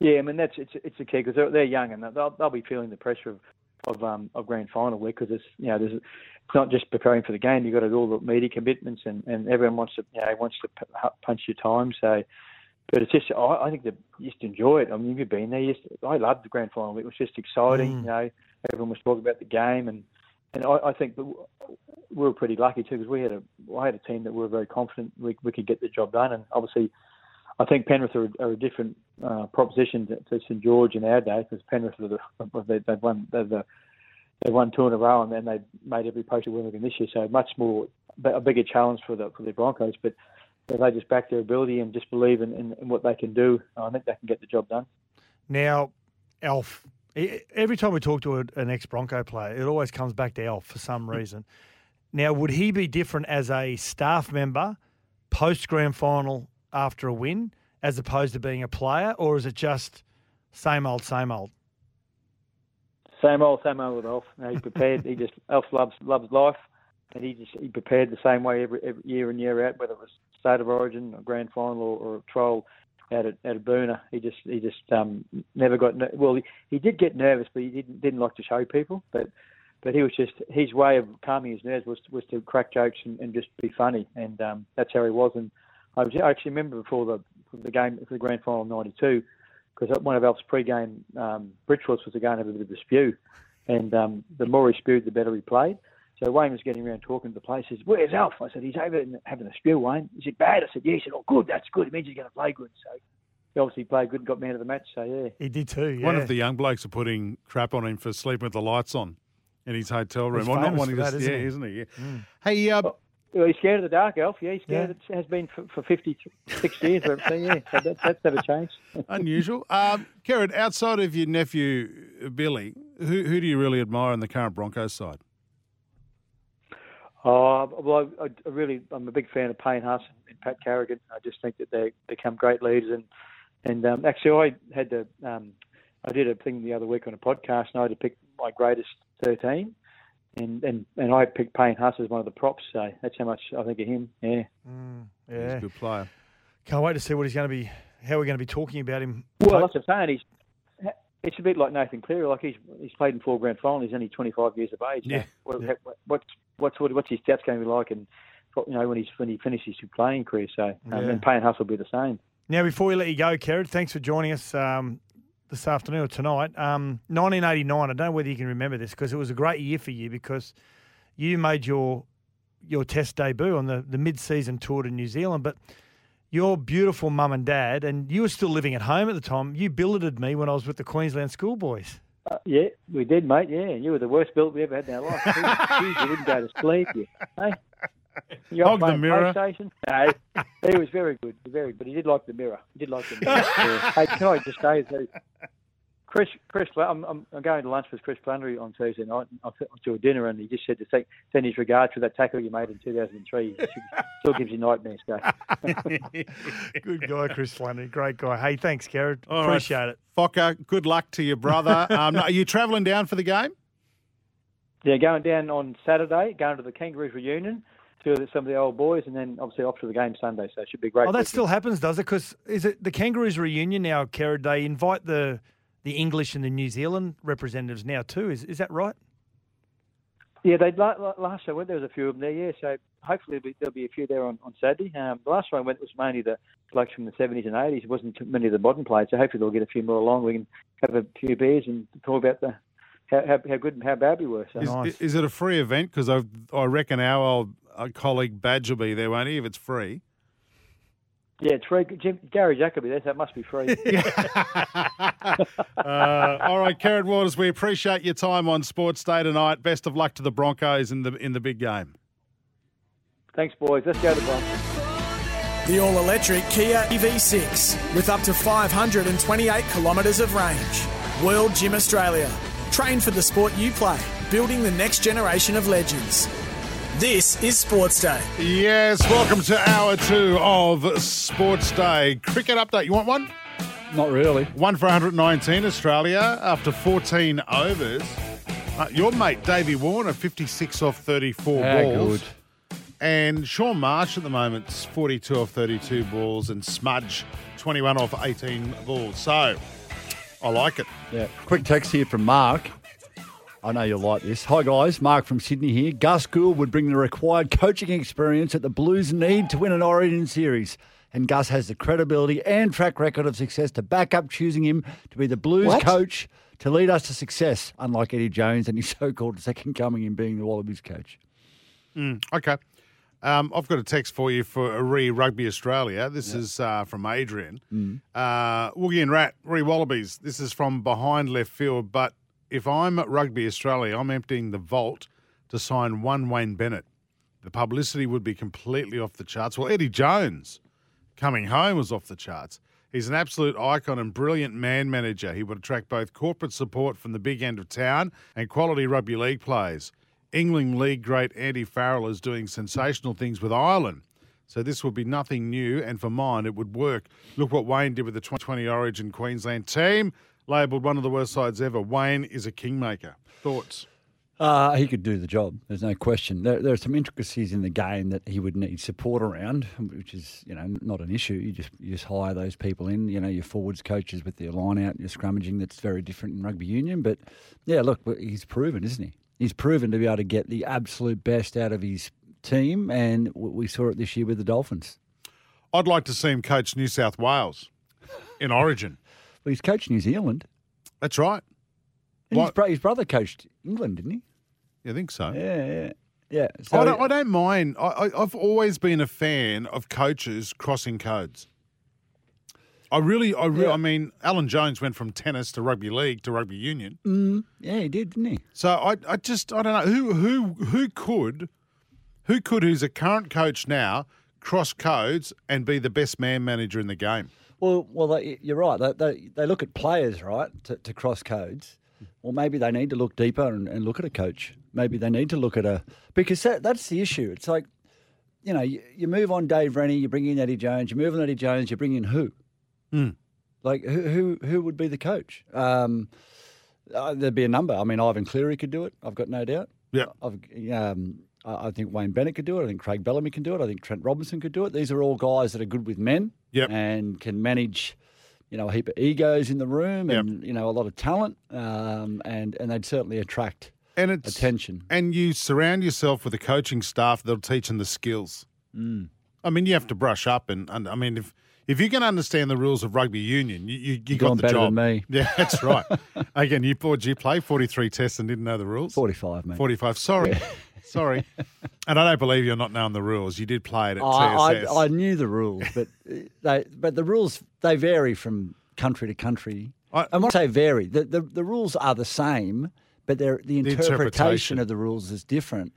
Yeah, I mean that's it's it's a key because they're, they're young and they'll they'll be feeling the pressure of of um of grand final week because it's you know there's it's not just preparing for the game you've got all the media commitments and and everyone wants to you know wants to p- punch your time so but it's just I, I think that you just enjoy it I mean you've been there you just, I loved the grand final it was just exciting
Mm.
you know everyone was talking about the game and and I, I think that we were pretty lucky too because we had a I had a team that we were very confident we we could get the job done and obviously I think Penrith are, are a different uh, proposition to, to St George in our day because Penrith are the, they, they've won they've, the, they've won two in a row and then they've made every post win again this year. So much more a bigger challenge for the for the Broncos, but they just back their ability and just believe in, in, in what they can do. I think they can get the job done.
Now, Alf. e- Every time we talk to a- an ex Bronco player, it always comes back to Alf for some reason. Now, would he be different as a staff member post grand final after a win, as opposed to being a player, or is it just same old, same old?
Same old, same old with Elf. No, he's prepared. he just Elf loves loves life, and he just he prepared the same way every, every year in year out, whether it was state of origin, or grand final, or, or a trial out at at Boona. He just he just um never got ner- well. He, he did get nervous, but he didn't didn't like to show people. But but he was just his way of calming his nerves was was to crack jokes and, and just be funny, and um that's how he was. And I, was, I actually remember before the the game for the grand final '92 because one of Alf's pre-game um, rituals was to go and have a bit of a spew, and um, the more he spewed, the better he played. So Wayne was getting around talking to the players. Says, "Where's Alf?" I said, "He's over and having a spew." Wayne, is it bad? I said, "Yeah." He said, "Oh, good. That's good. It means he's going to play good." So he obviously played good, and got man of the match. So yeah,
He did too. Yeah.
One of the young blokes are putting crap on him for sleeping with the lights on in his hotel room.
He's
I'm not
famous
wanting
for
to,
that,
yeah,
isn't he? Mm.
isn't he? Yeah. Hey, uh,
Well, he's scared of the dark, Alf. Yeah, he's scared. It has been for, for 56 years.
(laughs)
or something, yeah, so that, that's never changed.
Unusual. (laughs) Um, Kerrod, outside of your nephew uh, Billy, who who do you really admire on the current Broncos side?
Oh, well, I, I really, I'm a big fan of Payne Huss and Pat Carrigan. I just think that they become great leaders. And and um, actually, I had to, um, I did a thing the other week on a podcast, and I had to pick my greatest 13, and and and I picked Payne Huss as one of the props. So that's how much I think of him. Yeah.
Yeah.
He's a good player.
Can't wait to see what he's going to be, how we're going to be talking about him.
Well, that's what I'm saying. He's it's a bit like Nathan Cleary. Like he's he's played in four grand finals. He's only 25 years of age.
Yeah.
So What, what, what's what's what, what's his stats going to be like? And you know when he's when he finishes his playing career. So um,
Yeah.
and Payne Huss will be the same.
Now, before we let you go, Kerrod, thanks for joining us um, this afternoon or tonight. Um, 1989, I don't know whether you can remember this because it was a great year for you because you made your your test debut on the, the mid season tour to New Zealand. But your beautiful mum and dad, and you were still living at home at the time, you billeted me when I was with the Queensland Schoolboys. (laughs)
Uh, yeah, we did, mate. Yeah, you were the worst built we ever had in our life. Jeez, you didn't go to sleep. You, hey? you
Hog the
playing
mirror.
PlayStation? No, he was very good, very good. But he did like the mirror. He did like the mirror. Yeah. Hey, can I just say, that- Chris, Chris, Fla- I'm, I'm I'm going to lunch with Chris Flannery on Tuesday night and I took him to a dinner, and he just said to take, send his regards for that tackle you made in 2003. It should- still gives you nightmares, Dave.
Good guy, Chris Flannery. Great guy. Hey, thanks, Garrett.
All right,
Appreciate it.
Fokker, good luck to
(laughs)
your brother. um, are you travelling down for the game?
Yeah, going down on Saturday, going to the Kangaroos reunion, to some of the old boys, and then obviously off to the game Sunday. So it should be great.
Oh, that
weekend.
still happens, does it? Because is it the Kangaroos reunion now, Kerrod? They invite the the English and the New Zealand representatives now too. Is is that right?
Yeah, they la- la- last year I went. There was a few of them there. Yeah, so hopefully there'll be, there'll be a few there on, on Saturday. Um, the last one I went was mainly the blokes from the seventies and eighties. It wasn't too many of the modern players. So hopefully they'll get a few more along. We can have a few beers and talk about the how, how, how good and how bad we were. So
Is, is it a free event? Because I, I reckon our old uh, colleague Badge will be there, won't he, if it's free?
yeah, it's free. Jim, Gary Jacobi, there, so it must be
(laughs)
free.
Uh, all right, Karen Waters, we appreciate your time on Sports Day tonight. Best of luck to the Broncos in the in the big game.
Thanks, boys. Let's go to the Bronx.
The all electric Kia EV6 with up to 528 kilometres of range. World Gym Australia. Train for the sport you play, building the next generation of legends. This is Sports Day.
Yes, welcome to hour two of Sports Day cricket update. You want one?
Not really.
One for 119 Australia after 14 overs. Uh, your mate Davey Warner, 56 off 34
How
balls. And Sean Marsh at the moment, 42 off 32 balls, and Smudge, 21 off 18 balls. So I like it.
Yeah. Quick text here from Mark. I know you'll like this. Hi, guys. Mark from Sydney here. Gus Gould would bring the required coaching experience that the Blues need to win an Origin series. And Gus has the credibility and track record of success to back up choosing him to be the Blues
What?
coach to lead us to success, unlike Eddie Jones and his (laughs) so called second coming in being the Wallabies coach.
Mm, okay. Um, I've got a text for you for Re Rugby Australia. This is uh, from Adrian.
Mm.
Uh, Woogie and Rat, Re Wallabies. This is from behind left field. But if I'm at Rugby Australia, I'm emptying the vault to sign one Wayne Bennett. The publicity would be completely off the charts. Well, Eddie Jones coming home was off the charts. He's an absolute icon and brilliant man manager. He would attract both corporate support from the big end of town and quality rugby league players. England League great Andy Farrell is doing sensational things with Ireland. So this would be nothing new, and for mine, it would work. Look what Wayne did with the 2020 Origin Queensland team, labelled one of the worst sides ever. Wayne is a kingmaker. Thoughts?
Uh, he could do the job. There's no question. There, there are some intricacies in the game that he would need support around, which is you know not an issue. You just you just hire those people in. You know your forwards coaches with their line out, your scrummaging. That's very different in rugby union. But yeah, look, w- he's proven, isn't he? He's proven to be able to get the absolute best out of his team, and w- we saw it this year with the Dolphins.
I'd like to see him coach New South Wales in Origin.
Well, he's coached New Zealand.
That's right.
And his, bro- his brother coached England, didn't he?
Yeah, I think so.
Yeah, yeah, yeah.
I,
So-
don't, I don't mind. I, I, I've always been a fan of coaches crossing codes. I really, I really, I mean, Alan Jones went from tennis to rugby league to rugby union.
Mm, yeah, he did, didn't he?
So I, I just, I don't know who, who, who could, who could, who's a current coach now, cross codes and be the best man manager in the game.
Well, well, they, you're right. They, they, they look at players, right, to, to cross codes. Well, maybe they need to look deeper and, and look at a coach. Maybe they need to look at a because that, that's the issue. It's like, you know, you, you move on Dave Rennie, you bring in Eddie Jones, you move on Eddie Jones, you bring in who? Hmm. Like who who who would be the coach? Um, uh, there'd be a number. I mean, Ivan Cleary could do it. I've got no doubt.
Yeah.
I've, um, I I think Wayne Bennett could do it. I think Craig Bellamy can do it. I think Trent Robinson could do it. These are all guys that are good with men.
Yep.
And can manage, you know, a heap of egos in the room and you know a lot of talent. Um, and and they'd certainly attract
and it's,
attention.
And you surround yourself with a coaching staff that'll teach them the skills.
Mm.
I mean, you have to brush up, and, and I mean, if if you can understand the rules of rugby union, you you, you
You're
got
going
the
better
job.
than me.
(laughs) Yeah, that's
(laughs)
right. Again, you thought you play forty three tests and didn't know the rules. Forty
five, mate.
Forty five. Sorry,
(laughs)
sorry. And I don't believe you're not knowing the rules. You did play it at
I,
TSS.
I, I knew the rules, but (laughs) uh, they but the rules they vary from country to country. I, and when I say vary, the, the the rules are the same, but they're, the
The
interpretation,
interpretation.
of the rules is different.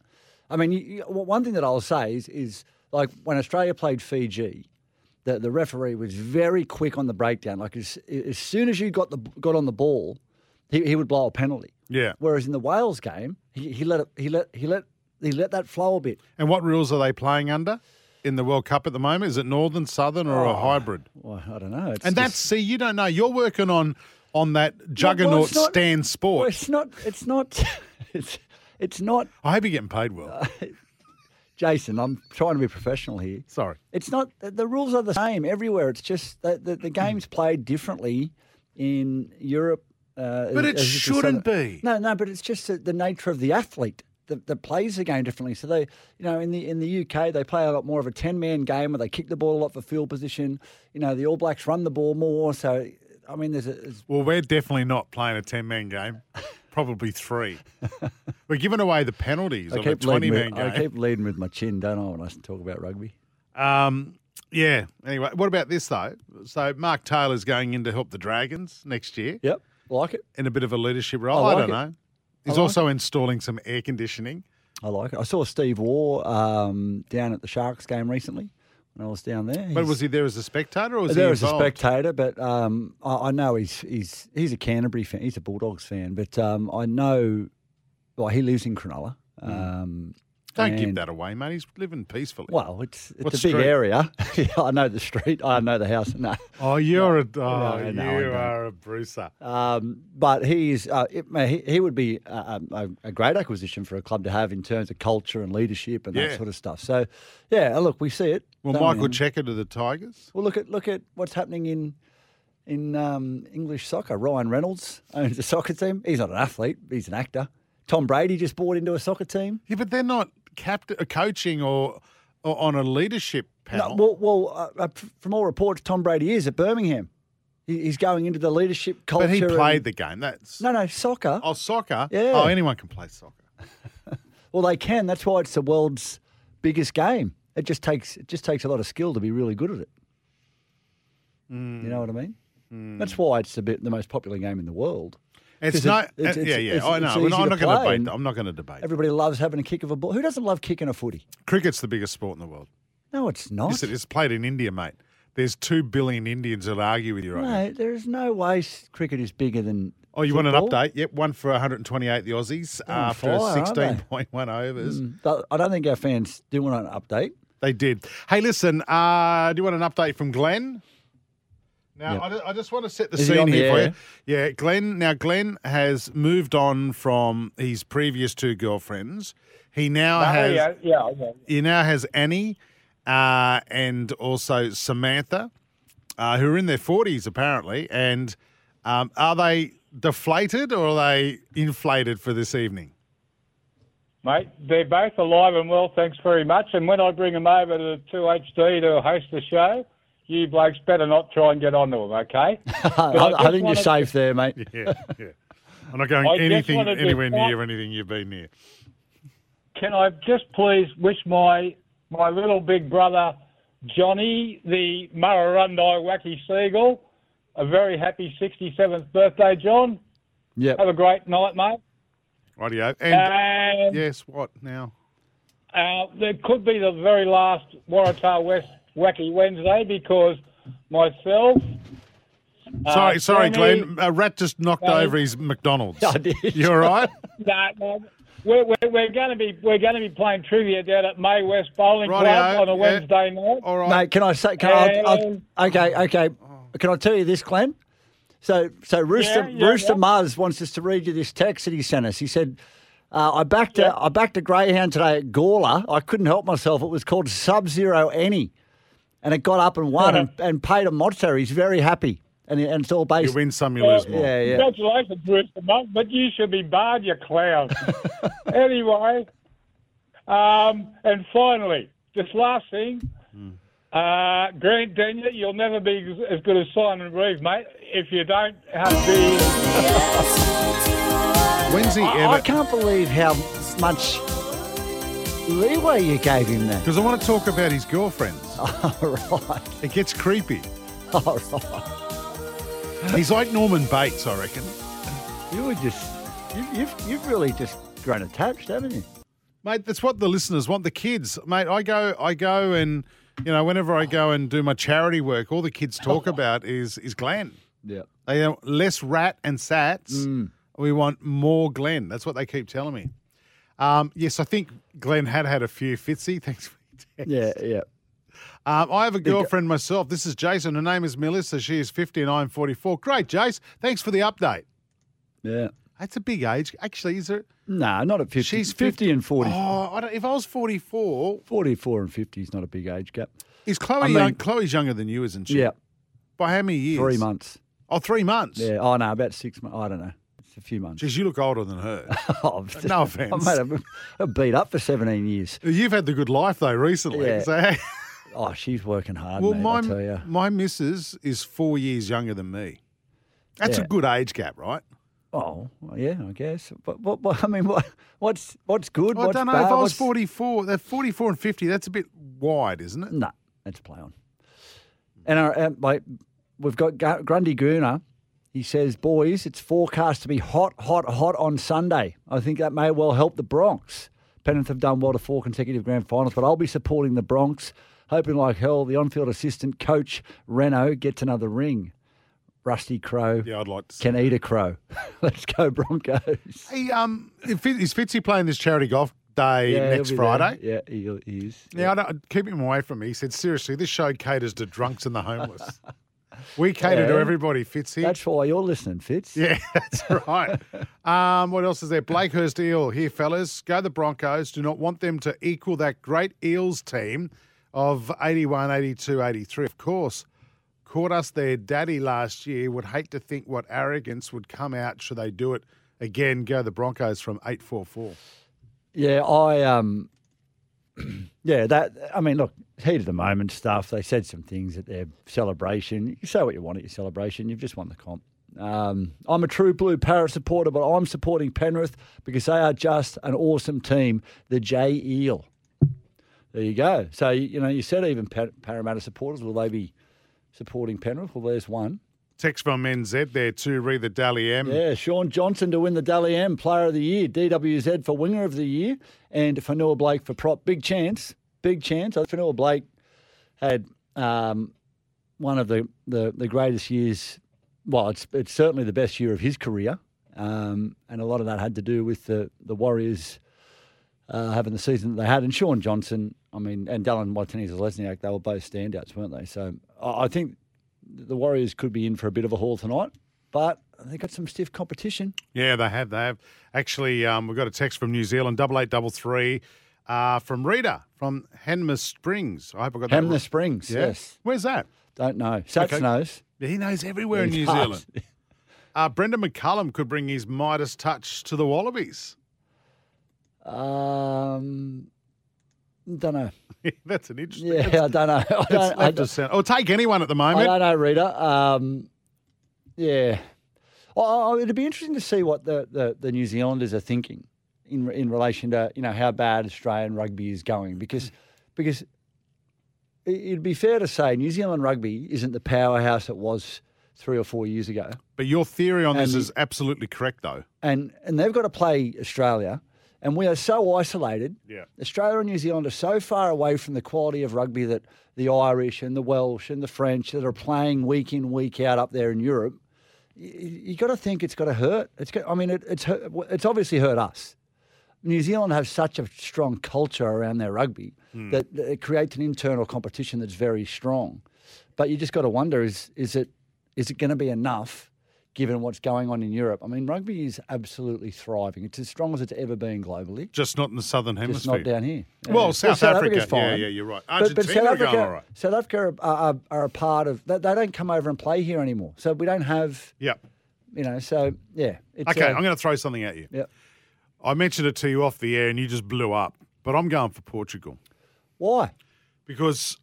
I mean, you, you, well, one thing that I'll say is is like when Australia played Fiji, the the referee was very quick on the breakdown. Like as as soon as you got the got on the ball, he, he would blow a penalty.
Yeah.
Whereas in the Wales game, he, he let it, he let he let he let that flow a bit.
And what rules are they playing under in the World Cup at the moment? Is it northern, southern, or a
Oh,
hybrid?
Well, I don't know. It's
and that's see, you don't know. You're working on on that juggernaut
it's not-
stand sport.
well, it's not. It's not. (laughs) It's it's not. Uh,
I hope you're getting paid well,
Jason. I'm trying to be professional here.
Sorry.
It's not. The, the rules are the same everywhere. It's just that the,
Hmm.
the game's played differently in Europe. Uh,
But
as- as you
it
can say
shouldn't
that-
be.
No, no. But it's just the, the nature of the athlete. That, that plays the game differently. So they, you know, in the in the UK, they play a lot more of a ten man game where they kick the ball a lot for field position. You know, the All Blacks run the ball more. So, I mean, there's a there's
Well, we're definitely not playing a 10 man game,
(laughs)
probably three. we're giving away the penalties of a 20
leading
man
with, I
game.
keep leading with my chin, don't I, when I talk about rugby?
Um, yeah. Anyway, what about this, though? So, Mark Taylor's going in to help the Dragons next year.
Yep. Like it.
In a bit of a leadership role. I,
I like
don't
it.
know. He's
like
also installing some air conditioning.
I like it. I saw Steve Waugh um, down at the Sharks game recently when I was down there.
But
He's-
was he there as a spectator or was
there
he
as a
involved?
spectator, but um, I, I know he's he's he's a Canterbury fan. He's a Bulldogs fan, but um, I know well he lives in Cronulla.
Hmm.
Um,
Don't give
and-
that away, mate. He's living peacefully.
Well, it's it's
What
a
street?
big area. (laughs) Yeah, I know the street. I know the house. (laughs) No.
Oh, you're a,
no,
oh,
I
you
don't.
are a bruiser.
Um, but he's uh, it, man, he, he would be a, a, a great acquisition for a club to have in terms of culture and leadership and
Yeah.
that sort of stuff. So, yeah, look, we see it.
Well,
don't we?
Michael
And-
Checker to the Tigers.
Well, look at look at what's happening in in um, English soccer. Ryan Reynolds owns a soccer team. He's not an athlete. He's an actor. Tom Brady just bought into a soccer team.
Yeah, but they're not captain, coaching or, or on a leadership panel.
No, well, well uh, uh, from all reports, Tom Brady is at Birmingham. He, he's going into the leadership culture.
but he
and-
played the game. That's
No, no, soccer.
Oh, soccer.
Yeah.
Oh, anyone can play soccer.
Well, they can. That's why it's the world's biggest game. It just takes it just takes a lot of skill to be really good at it. You know what I mean? That's why it's the bit the most popular game in the world.
Hmm. It's
'Cause
not.
it's- it's-
yeah, yeah.
it's-
I know.
it's
We're
easy
not- I'm not
play
going to
and
debate. I'm not going to debate.
Everybody loves having a kick of a ball. Who doesn't love kicking a footy?
Cricket's the biggest sport in the world.
No, it's not.
Yes, it is. played in India, mate. There's two billion Indians that argue with you right now.
No, there is no way s- cricket is bigger than.
Oh, you want an
football.
update? Yep, one for 128 the Aussies
They're on
after
fire, aren't they?
16.1 overs.
Mm, but I don't think our fans do want an update.
They did. Hey, listen, uh, do you want an update from Glenn? Now,
Yep.
I, ju- I just want to set the
Is he
scene
on the
here for
air?
you. Yeah, Glenn. Now, Glenn has moved on from his previous two girlfriends. He now Oh, has.
yeah, yeah, okay.
He now has Annie uh, and also Samantha, uh, who are in their 40s apparently. And um, are they deflated or are they inflated for this evening?
Mate, they're both alive and well, thanks very much. And when I bring them over to 2HD to host the show, you blokes better not try and get onto
(laughs)
them, okay?
(laughs)
But
I, I
just
think you're
wanted-
safe there, mate.
Yeah, yeah. I'm
(laughs)
not going
I just
anything
wanted to
anywhere
thank-
near anything you've been near.
Can I just please wish my my little big brother Johnny, the Murrurundi Wacky Seagull, a very happy 67th birthday, John.
Yep.
Have Uh, a great night, mate.
Rightio.
And-
And yes, what now?
Uh, there could be the very last Waratah West Wacky Wednesday because
(laughs)
myself. uh,
Sorry, sorry,
Sammy-
Glenn. A rat just knocked
Sammy-
over his McDonald's.
(laughs) I did.
You all
(laughs)
right?
No, no, we're, we're, we're going to be we're going to be playing trivia down at May West Bowling
Rightio,
Club on a
yeah.
Wednesday night.
All
Mate, can I say? Can I, I, okay, okay. Can I tell you this, Glenn? So, so Rooster
Yeah, yeah,
Rooster
yeah.
Muzz wants us to read you this text that he sent us. He said, uh, "I backed a, I backed a greyhound today at Gawler. I couldn't help myself. It was called Sub Zero Annie, and it got up and won
(laughs)
and, and paid a monster. He's very happy, and, and it's all based.
You win some, you
Yeah,
lose more.
Yeah, yeah.
Congratulations, Rooster Monk, but you should be barred, you clown. anyway, um, and finally, this last thing, uh, Grant Denyer, you'll never be as- as good as Simon Reeve, mate, if you don't have the.
When's he
I, I can't believe how much leeway you gave him there.
Because I want to talk about
(laughs)
his girlfriends. All
right.
It gets creepy.
All right.
He's like Norman Bates, I reckon.
You were just, you, you've, you've really just grown attached, haven't you?
Mate, that's what the listeners want. The kids, mate. I go, I go, and you know, whenever I go and do my charity
(laughs)
work, all the kids talk about is is Glenn.
Yeah. Mm.
They know less rat and sats We want more Glenn. That's what they keep telling me. Um, yes, I think Glenn had had a few. Fitzy, (laughs) thanks for your text.
Yeah, yeah.
Um, I have a
Big-
girlfriend myself. This is Jason. Her name is Melissa. She is 5944. Great, Jace. Thanks for the update.
Yeah.
That's a big age. Actually, is there?
No, not at 50.
She's
50, and 40.
Oh, I don't, if I was 44.
44 and 50 is not a big age gap.
Is Chloe
I mean-
young? Chloe's younger than you, isn't she?
Yeah.
By how many years?
Three months.
Oh, three months?
Yeah. Oh, no, about six months. I don't know. It's a few months.
Geez, you look older than her.
(laughs) oh,
No offense.
(laughs) I've made a, a beat up for 17 years.
You've had the good life, though, recently.
Yeah.
So- (laughs)
oh, she's working hard.
eh? well,
mate,
my,
I tell you.
my missus is four years younger than me. That's
Yeah.
a good age gap, right?
Oh, well, yeah, I guess. But, but, but I mean, what, what's what's good?
I
what's
don't know.
bad,
if I was
what's-
44, that 44 and 50, that's a bit wide, isn't it?
No, that's play on. And our, uh, my, we've got Gu- Grundy Gooner. He says, boys, it's forecast to be hot, hot, hot on Sunday. I think that may well help the Bronx. Penrith have done well to four consecutive grand finals, but I'll be supporting the Bronx, hoping like hell the on field assistant coach, Reno, gets another ring. Rusty Crow
yeah, I'd like to
can eat a crow. (laughs) Let's go, Broncos.
Hey, um, if Fit- is Fitzy playing this charity golf day
Yeah,
next
he'll be there.
Friday?
Yeah, he, he is.
Now, I don't, keep him away from me. He said, seriously, this show caters to drunks and
(laughs)
the homeless. we cater to
Yeah.
everybody, Fitzy.
That's why you're listening, Fitz.
Yeah, that's right. (laughs) um, what else is there? Blakehurst Eel here, fellas. Go the Broncos. Do not want them to equal that great Eels team of 81, 82, 83. Of course, caught us their daddy last year. Would hate to think what arrogance would come out should they do it again. Go the Broncos from 844.
Yeah, I um, (clears throat) yeah, that I mean, look, heat of the moment stuff. They said some things at their celebration. You say what you want at your celebration. You've just won the comp. Um, I'm a true blue Parrot supporter, but I'm supporting Penrith because they are just an awesome team. The J Eel. There you go. So you you know, you said even Par- Parramatta supporters will they be supporting Penrith? Well, there's one.
Text from NZ there too. Read the Dally M.
Yeah, Sean Johnson to win the Dally M Player of the Year, DWZ for Winger of the Year, and Fanua Blake for prop. Big chance, big chance. I think Fanua Blake had um, one of the, the, the greatest years. Well, it's it's certainly the best year of his career, um, and a lot of that had to do with the the Warriors uh, having the season that they had. And Sean Johnson, I mean, and Dallin Martinez Lesniak, they were both standouts, weren't they? So I, I think the Warriors could be in for a bit of a haul tonight, but they got some stiff competition.
Yeah, they have. They have. Actually, um, we got a text from New Zealand, double eight double three, uh, from Rita from Hanmer Springs. I hope I got that
Hamner
right.
Springs,
Yeah?
yes.
Where's that?
Don't know. Sats
Okay.
knows.
Yeah, He knows everywhere in
He
New
does. (laughs)
Zealand. Uh, Brendan McCullum could bring his Midas touch to the Wallabies.
Um, don't know.
(laughs) That's an interesting.
Yeah, I don't know. I
That's
don't, I
left of centre. Or take anyone at the moment.
I don't know, Rita. Um, yeah. Oh, oh, it'd be interesting to see what the, the, the New Zealanders are thinking in in relation to you know how bad Australian rugby is going because because it- it'd be fair to say New Zealand rugby isn't the powerhouse it was three or four years ago.
But your theory on this
And-
is absolutely correct, though.
and and they've got to play Australia, and we are so isolated.
Yeah.
Australia and New Zealand are so far away from the quality of rugby that the Irish and the Welsh and the French that are playing week in week out up there in Europe. You, you got to think it's got to hurt. It's got, I mean, it, it's hurt, it's obviously hurt us. New Zealand have such a strong culture around their rugby
Hmm.
that, that it creates an internal competition that's very strong. But you just got to wonder is is it is it going to be enough given what's going on in Europe? I mean, rugby is absolutely thriving. It's as strong as it's ever been globally.
Just not in the southern
Just
hemisphere.
not down here. Yeah.
Well, South, Africa.
Africa's
Yeah,
fine.
yeah, you're right.
But- but,
Argentina
South
are
Africa,
going all right.
South Africa are, are, are a part of. They, they don't come over and play here anymore, so we don't have.
Yeah.
You know, so yeah. uh,
okay,
i
i I'm going to throw something at you.
Yep.
I mentioned it to you off the air, and you just blew up. But I'm going for Portugal
Why?
because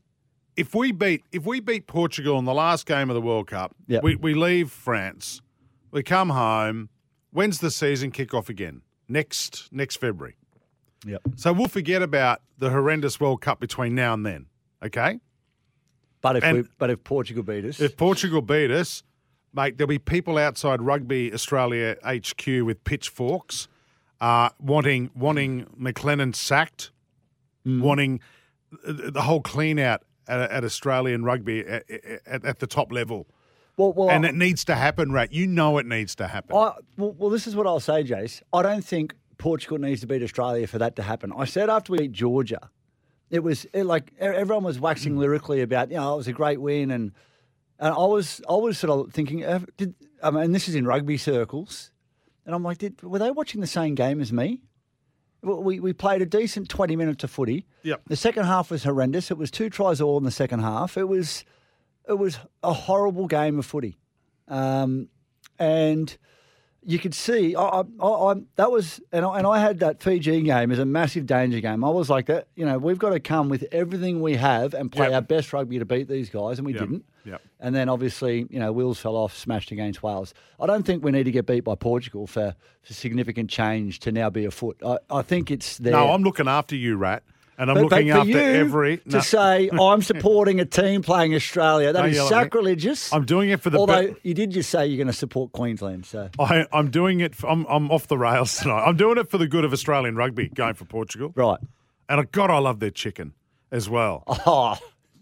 if we beat if we beat Portugal in the last game of the World Cup,
Yep.
we we leave France, we come home. When's the season kick off again? Next next February.
Yep.
So we'll forget about the horrendous World Cup between now and then. Okay.
But if
And-
we, but if Portugal beat us,
If Portugal beat us, mate, there'll be people outside Rugby Australia HQ with pitchforks, uh, wanting wanting McLennan sacked,
Mm.
wanting th- th- the whole clean out at, at Australian rugby at, at, at the top level.
Well, well,
and
I-
it needs to happen, Rat. You know it needs to happen.
I, well, well, this is what I'll say, Jace. I don't think Portugal needs to beat Australia for that to happen. I said after we beat Georgia, it was it, like e- everyone was waxing lyrically about, you know, it was a great win, and and I was I was sort of thinking, have- did I mean, and this is in rugby circles, and I'm like, did were they watching the same game as me? Well, We, we played a decent 20 minutes of footy.
Yep.
The second half was horrendous. It was two tries all in the second half. It was it was a horrible game of footy. Um, and you could see I, I, I, that was, and I, and I had that Fiji game as a massive danger game. I was like that, you know, we've got to come with everything we have and play
Yep.
our best rugby to beat these guys, and we didn't.
Yep.
And then obviously, you know, wheels fell off, smashed against Wales. I don't think we need to get beat by Portugal for, for significant change to now be afoot. I, I think it's there.
No, I'm looking after you, Rat, and I'm
But- but
looking
for
after
you
every.
to
(laughs)
say I'm supporting a team playing Australia. That
Don't
is
yell at me.
sacrilegious.
I'm doing it for the
Although
be-
you did just say you're going to support Queensland, so
I, I'm doing it. For, I'm, I'm off the rails tonight. I'm doing it for the good of Australian rugby, going for Portugal.
Right.
And uh, God, I love their chicken as well.
(laughs) Oh.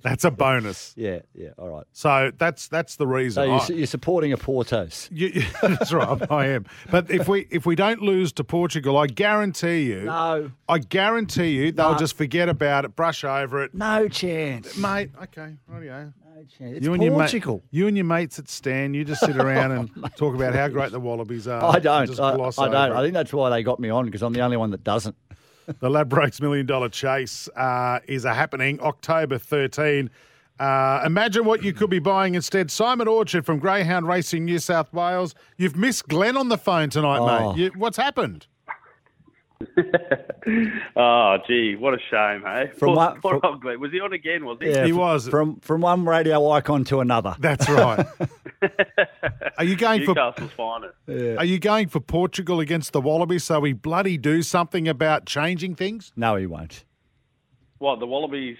That's a bonus.
yeah, yeah, all right.
So that's that's the
So
reason.
you're,
I-
su- you're supporting a Portos.
(laughs) You, you- (laughs) that's right. I am. But if we if we don't lose to Portugal, I guarantee you.
No.
I guarantee you they'll
No.
just forget about it, brush over it.
No chance,
mate. Okay, rightio.
No chance. It's
you and Your
Portugal. Oh,
mate, you and your mates at Stan, you just
(laughs)
sit around and talk about how great the Wallabies are.
I
Uh, and
don't.
just
I,
gloss
I don't.
over
I
it.
think that's why they got me on because I'm the only one that doesn't.
The Labrokes Million Dollar Chase uh, is a happening October 13. Uh, imagine what you could be buying instead. Simon Orchard from Greyhound Racing New South Wales. You've missed Glenn on the phone tonight,
Oh.
mate. You, what's happened?
Oh, gee, what a shame, hey?
From
poor,
what-
poor
from-
old Glenn. Was he on again, was he?
f- from from one radio icon to another.
That's right. Are you going for?
Newcastle's finest.
Are you going for Portugal against the Wallabies? So we bloody do something about changing things?
No, he won't.
What, the Wallabies,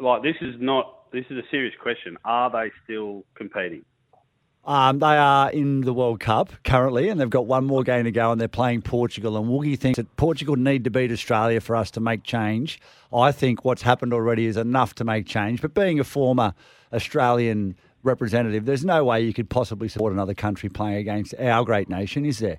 like, this is not, this is a serious question. Are they still competing?
(laughs) Um, they are in the World Cup currently, and they've got one more game to go, and they're playing Portugal. And Woogie thinks that Portugal need to beat Australia for us to make change. I think what's happened already is enough to make change. But being a former Australian representative, there's no way you could possibly support another country playing against our great nation, is there?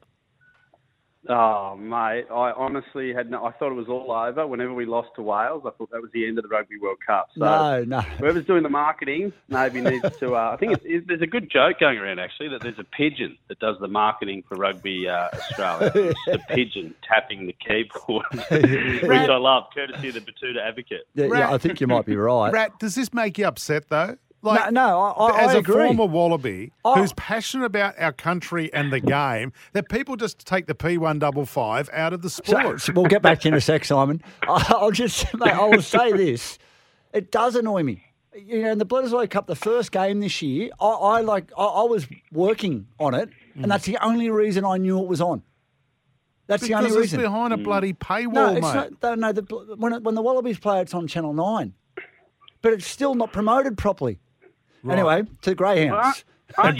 Oh, mate, I honestly had no, I thought it was all over. Whenever we lost to Wales, I thought that was the end of the Rugby World Cup. So
no, no.
Whoever's doing the marketing maybe needs
(laughs)
to. Uh, I think it's, it's, there's a good joke going around actually that there's a pigeon that does the marketing for Rugby uh,
(laughs)
Australia.
(laughs)
It's just a pigeon tapping the keyboard, (laughs) which I love, courtesy of the Batuta Advocate.
Yeah, yeah, I think you might be right.
Rat, does this make you upset though? Like,
no, no, I- I-
as
I
a
agree.
former Wallaby who's passionate about our country and the game, that people just take the P one double five out of the
So,
sport.
so we'll get back (laughs) to you in a sec, Simon. I'll just, mate, I will say this. It does annoy me. You know, in the Bledisloe Cup, the first game this year, I, I like, I, I was working on it,
Mm.
and that's the only reason I knew it was on. That's
because
the only
it's
reason.
behind
Mm.
a bloody
no,
paywall,
it's
mate.
not. No, no the, when, it, when the Wallabies play, it's on Channel Nine, but it's still not promoted properly. Anyway, to Greyhounds.
Aren't,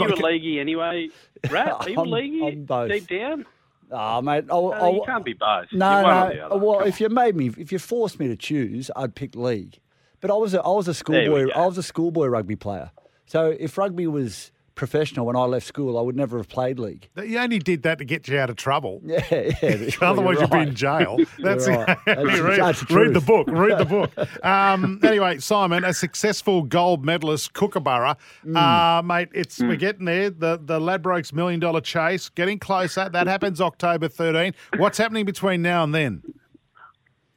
(laughs)
aren't you a leaguey anyway, Rat? Are you a
I'm-
leaguey
I'm both.
deep down?
Ah, mate, I,
No, you can't be both.
No,
You're one or the
no.
other.
Well, if you made me, if you forced me to choose, I'd pick league. But I was a, I was a
we
schoolboy. I was a schoolboy rugby player. So if rugby was professional when I left school, I would never have played league.
You only did that to get you out of trouble.
Yeah,
(laughs)
yeah.
Otherwise,
you're
you'd be
right.
in jail.
You're
That's,
right. That's-
(laughs) you read,
that's the
read the
truth.
book. Read
(laughs)
the book. Um, anyway, Simon, a successful gold medalist, Kookaburra.
Hmm.
Uh, mate, it's we're getting there. The the Labrokes million dollar chase, getting closer.
(laughs)
That happens October 13. What's happening between now and then?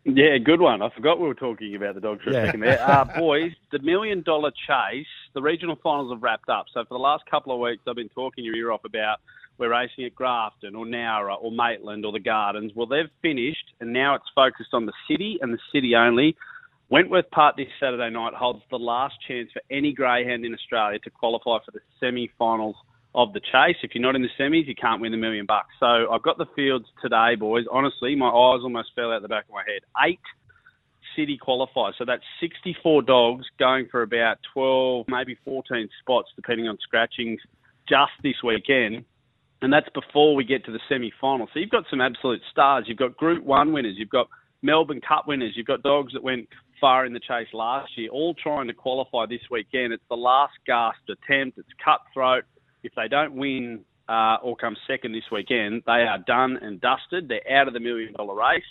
Yeah, good one. I forgot we were talking about the dogs for
Yeah.
a second there. Uh, boys, the million dollar chase, the regional finals have wrapped up. So for the last couple of weeks, I've been talking your ear off about we're racing at Grafton or Nowra or Maitland or the Gardens. Well, they've finished, and now it's focused on the city and the city only. Wentworth Park this Saturday night holds the last chance for any greyhound in Australia to qualify for the semi-finals of the chase. If you're not in the semis, you can't win the million bucks. So I've got the fields today, boys. Honestly, my eyes almost fell out the back of my head. Eight city qualifiers, so that's 64 dogs going for about 12, maybe 14 spots, depending on scratchings, just this weekend. And that's before we get to the semi-final. So you've got some absolute stars. You've got Group One winners. You've got Melbourne Cup winners. You've got dogs that went far in the chase last year, all trying to qualify this weekend. It's the last gasp attempt. It's cutthroat. If they don't win uh, or come second this weekend, they are done and dusted. They're out of the million dollar race.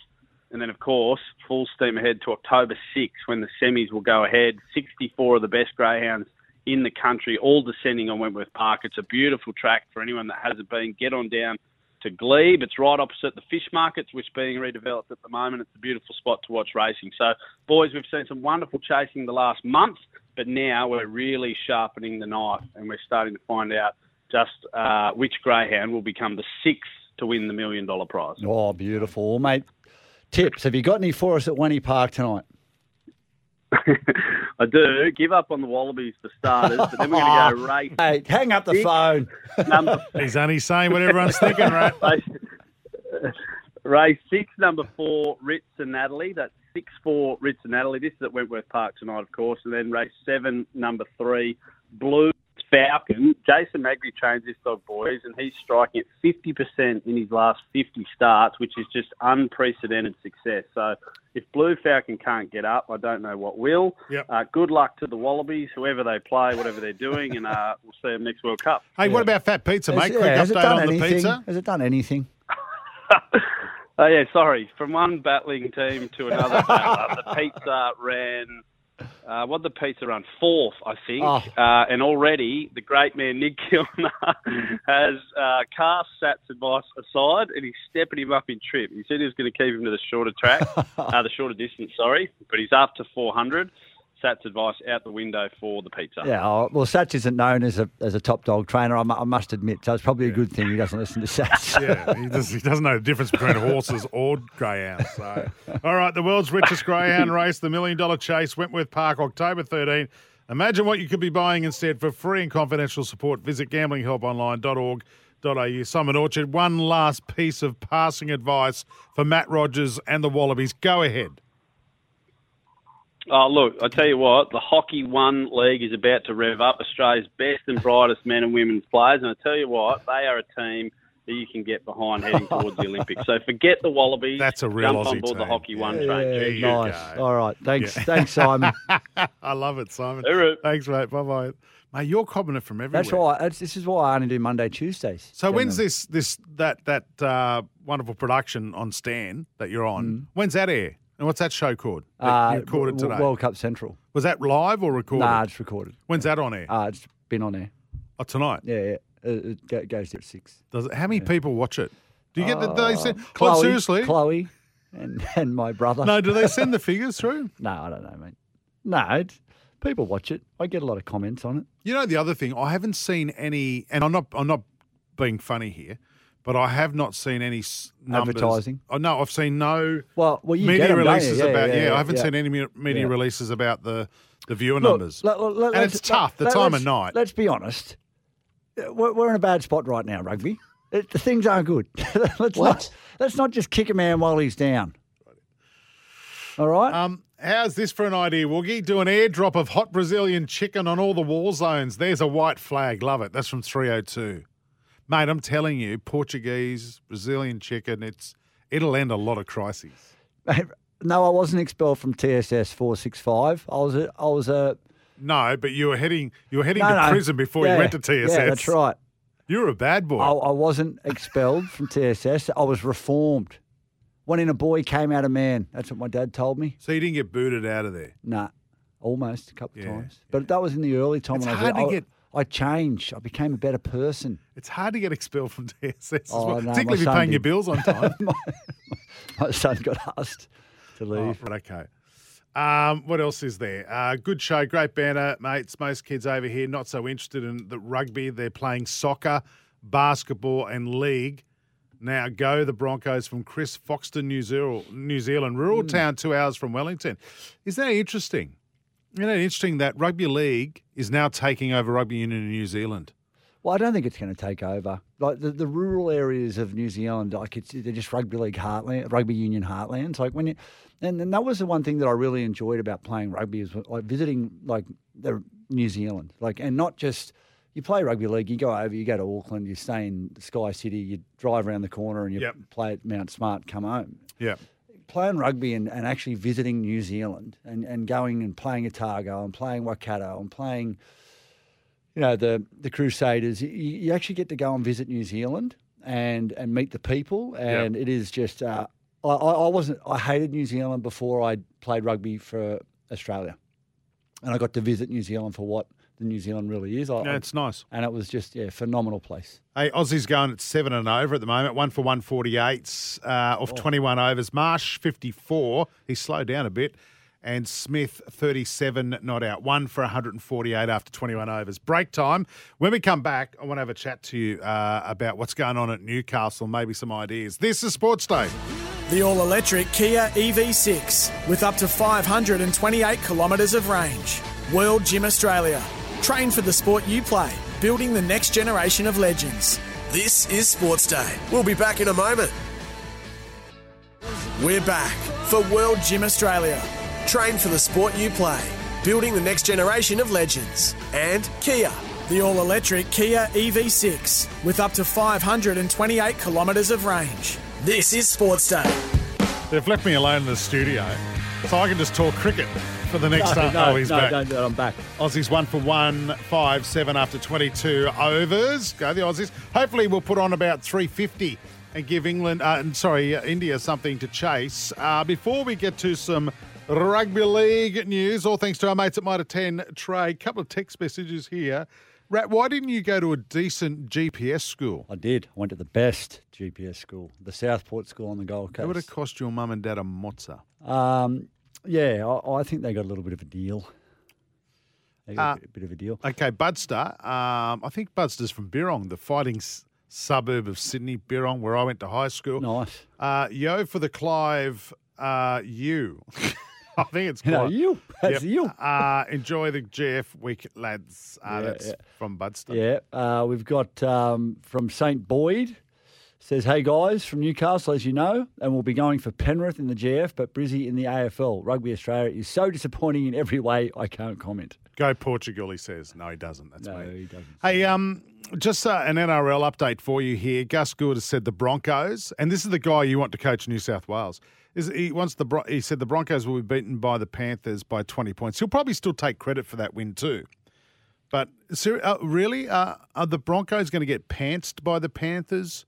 And then, of course, full steam ahead to October 6th when the semis will go ahead. 64 of the best greyhounds in the country, all descending on Wentworth Park. It's a beautiful track for anyone that hasn't been. Get on down to Glebe. It's right opposite the fish markets, which are being redeveloped at the moment. It's a beautiful spot to watch racing. So, boys, we've seen some wonderful chasing the last month, but now we're really sharpening the knife and we're starting to find out just uh, which greyhound will become the sixth to win the million dollar prize.
Oh, beautiful, mate. Tips. Have you got any for us at Wenny Park tonight?
I do. Give up on the Wallabies for starters, but then we're
(laughs)
going to go race.
Hey, hang up the phone.
Number,
He's only saying what everyone's thinking,
(laughs)
right?
race, race six, number four, Ritz and Natalie. That's six four Ritz and Natalie. This is at Wentworth Park tonight, of course, and then race seven, number three, Blue Falcon. Jason Magri trains this dog, boys, and he's striking at fifty percent in his last fifty starts, which is just unprecedented success. So, if Blue Falcon can't get up, I don't know what will.
Yep.
Uh, good luck to the Wallabies, whoever they play, whatever they're doing, and uh, we'll see them next World Cup.
Hey, what about Fat Pizza,
Has-
mate?
yeah, has it
Quick update
done
on the
anything?
pizza.
Has it done anything?
Oh yeah, sorry. From one battling team
(laughs)
to another, battler, the pizza ran. Uh, what the pizza run fourth, I think,
Oh.
uh, and already the great man Nick Kilner (laughs) has uh, cast Sat's advice aside and he's stepping him up in trip. He said he was going to keep him to the shorter
(laughs)
track, uh, the shorter distance, sorry, but he's up to 400. Sat's advice out the window for the pizza.
Yeah, oh, well, Satch isn't known as a as a top dog trainer. I mu- I must admit, so it's probably a good thing he doesn't listen to Satch.
yeah, he, does, he doesn't know the
(laughs)
difference between horses or greyhounds. So, (laughs) all right, the world's
(laughs)
richest greyhound race, the Million Dollar Chase, Wentworth Park, October 13. Imagine what you could be buying instead. For free and confidential support, visit gamblinghelponline.org.au. Simon Orchard, one last piece of passing advice for Matt Rogers and the Wallabies. Go ahead.
Oh, look, I tell you what, the Hockey One League is about to rev up Australia's best and brightest men and women's players. And I tell you what, they are a team that you can get behind heading towards the Olympics. So forget the Wallabies. That's a
real
Jump
Aussie
on board the
team.
Hockey One
Yeah,
train.
There you
nice.
go.
All right, Uh, thanks,
Yeah.
thanks, Simon.
(laughs) I love it, Simon. Thanks, mate. Bye bye. Mate, you're cobbing it from everywhere.
That's why. That's, this is why I only do Monday Tuesdays.
So when's
gentlemen.
this this that that uh, wonderful production on Stan that you're on? When's that air? And what's that show called? That
Mm. Uh,
you recorded
W-
today.
World Cup Central?
Was that live or recorded?
Nah, it's recorded.
When's that on air?
Uh, it's been on air.
Oh, tonight.
Yeah, yeah. It, it go- goes there at six.
Does it, how many people watch it? Do you get the, do they
Uh,
send? Well,
Chloe,
seriously.
Chloe, and and my brother.
No, do they send the figures through?
no, I don't know, mate. No, it's, people watch it. (laughs) I get a lot of comments on it.
You know the other thing, I haven't seen any, and I'm not I'm not being funny here, but I have not seen any s- numbers.
Advertising?
Oh, no, I've seen no
well, well, you
media
get 'em, don't you?
releases
Yeah,
about.
yeah,
Yeah,
yeah,
I haven't
yeah.
seen any me- media
Yeah.
releases about the the viewer
Look,
numbers.
let- let- let-
and
let's-
it's tough the
let-
time
let's-
of night.
Let's be honest. Uh, We're, we're in a bad spot right now, rugby. It, the things aren't good. (laughs) let's Not, let's not just kick a man while he's down. (laughs) All right.
Um, how's this for an idea, Woogie? Do an airdrop of hot Brazilian chicken on all the war zones. There's a white flag. Love it. That's from 302. Mate, I'm telling you, Portuguese, Brazilian chicken, it's it'll end a lot of crises.
No, I wasn't expelled from TSS four six five. I was a, I was a
No, but you were heading you were heading
no,
to
no.
prison before
Yeah,
you went to TSS.
Yeah, that's right.
You were a bad boy.
I, I wasn't expelled from TSS. I was reformed. When in a boy came out a man. That's what my dad told me.
So you didn't get booted out of there.
Nah, almost a couple of
Yeah,
times. But that was in the early time
It's
when
hard
I was
to get-
I, I changed. I became a better person.
It's hard to get expelled from TSS as
Oh,
well,
no, my
particularly if you're
son
paying your
did.
bills on time.
My son got asked to
Oh,
leave.
but okay. Um, what else is there? Uh, good show, great banner, mates. Most kids over here not so interested in the rugby. They're playing soccer, basketball, and league. Now go the Broncos from Chris Foxton, New Zealand, New Zealand rural town, two hours from Wellington. Isn't that interesting? Isn't that interesting that rugby league is now taking over rugby union in New Zealand?
Well, I don't think it's going to take over. Like the, the rural areas of New Zealand, like it's they're just rugby league heartland, rugby union heartlands. Like when you, and, and that was the one thing that I really enjoyed about playing rugby is like visiting like the New Zealand, like and not just you play rugby league, you go over, you go to Auckland, you stay in Sky City, you drive around the corner, and you
Yep.
play at Mount Smart, come home.
Yeah.
playing rugby and, and actually visiting New Zealand and, and going and playing Otago and playing Waikato and playing, you know, the, the Crusaders, you, you actually get to go and visit New Zealand and, and meet the people. And it is just, uh, I, I I wasn't, I hated New Zealand before I played rugby for Australia. And I got to visit New Zealand for what the New Zealand really is. I,
Yeah, it's nice.
And it was just, yeah, phenomenal place.
Hey, Aussie's going at seven and over at the moment, one for 148 uh,
Oh.
off 21 overs. Marsh, 54. He slowed down a bit. And Smith, 37, not out. One for 148 after 21 overs. Break time. When we come back, I want to have a chat to you uh, about what's going on at Newcastle, maybe some ideas. This is Sports Day.
The all electric Kia E EV6 with up to 528 kilometres of range. World Gym Australia. Train for the sport you play, building the next generation of legends.
This is Sports Day. We'll be back in a moment. We're back for World Gym Australia. Train for the sport you play, building the next generation of legends. And Kia.
The all electric Kia EV6 with up to 528 kilometres of range. This is Sports Day.
They've left me alone in the studio, so I can just talk cricket for the next
No,
half.
no,
oh, he's
no,
back.
no, no, I'm back.
Aussies one for one, five, seven after 22 overs. Go the Aussies. Hopefully, we'll put on about 350 and give England, uh, and sorry, uh, India something to chase. Uh, before we get to some rugby league news, all thanks to our mates at Mitre 10 Trade. Couple of text messages here. Rat, why didn't you go to a decent GPS school?
I did. I went to the best GPS school, the Southport School on the Gold
It would have
Coast.
cost your mum and dad a mozza.
Um, yeah, I, I think they got a little bit of a deal. They got a bit- bit of a deal.
Uh, Okay, Budster. Um, I think Budster's from Birong, the fighting s- suburb of Sydney, Birong, where I went to high school.
Nice.
Uh, yo for the Clive, uh, you. (laughs) I think
(laughs)
it's
No,
Clive.
you. That's
you. Uh, enjoy the GF week, lads. Uh, that's from Budster.
Yeah, uh, we've got um, from St. Boyd. Says, hey guys, from Newcastle, as you know, and we'll be going for Penrith in the GF, but Brizzy in the AFL. Rugby Australia is so disappointing in every way, I can't comment.
Go Portugal, he says. No, he doesn't. That's
no,
me.
he doesn't.
Hey, um, just uh, an NRL update for you here. Gus Gould has said the Broncos, and this is the guy you want to coach New South Wales. Is he wants the Bron- he said the Broncos will be beaten by the Panthers by twenty points. He'll probably still take credit for that win too. But ser- uh, really, uh, are the Broncos going to get pantsed by the Panthers?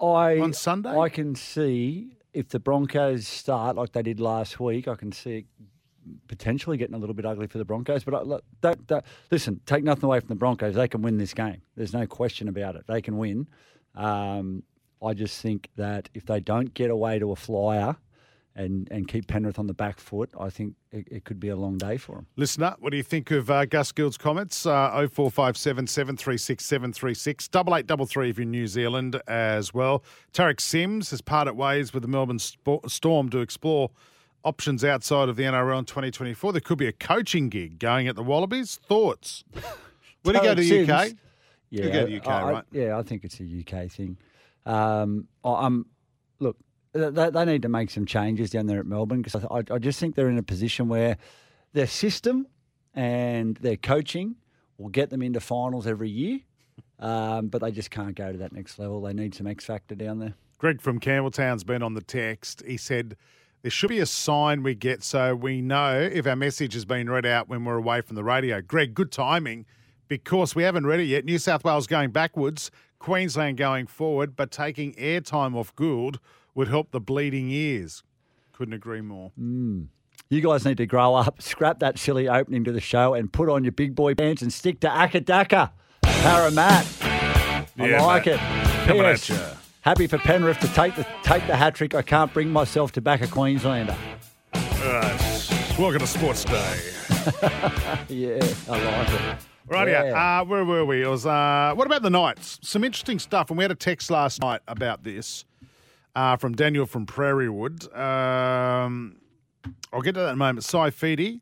I
on Sunday,
I can see if the Broncos start like they did last week, I can see it potentially getting a little bit ugly for the Broncos. But I, look, don't, don't- listen, take nothing away from the Broncos. They can win this game. There's no question about it. They can win. Um, I just think that if they don't get away to a flyer and, and keep Penrith on the back foot, I think it, it could be a long day for them.
Listener, what do you think of uh, Gus Gould's comments? Uh, 0457 736 736, 8833 if you're in New Zealand as well. Tarek Sims has parted ways with the Melbourne Sp- Storm to explore options outside of the NRL in 2024. There could be a coaching gig going at the Wallabies. Thoughts? (laughs) Would he go to
Tarek
the UK?
Sims.
He'll go to the UK,
I- I-
right?
Yeah, I think it's a UK thing. Um, I, am look, they, they need to make some changes down there at Melbourne because I, I just think they're in a position where their system and their coaching will get them into finals every year, um, but they just can't go to that next level. They need some X factor down there.
Greg from Campbelltown's been on the text. He said there should be a sign we get so we know if our message has been read out when we're away from the radio. Greg, good timing because we haven't read it yet. New South Wales going backwards, Queensland going forward, but taking airtime off Gould would help the bleeding ears. Couldn't agree more.
Mm. You guys need to grow up, (laughs) scrap that silly opening to the show, and put on your big boy pants and stick to Akadaka. Paramat. I
Yeah,
like
mate.
it.
Coming at
PS,
ya.
Happy for Penrith to take the take the hat trick. I can't bring myself to back a Queenslander.
All right. Welcome to Sports Day.
(laughs) yeah, I like it.
Right
Yeah.
Uh, where were we? It was, uh, what about the Knights? Some interesting stuff. And we had a text last night about this uh, from Daniel from Prairie Wood. Um, I'll get to that in a moment. Saifidi,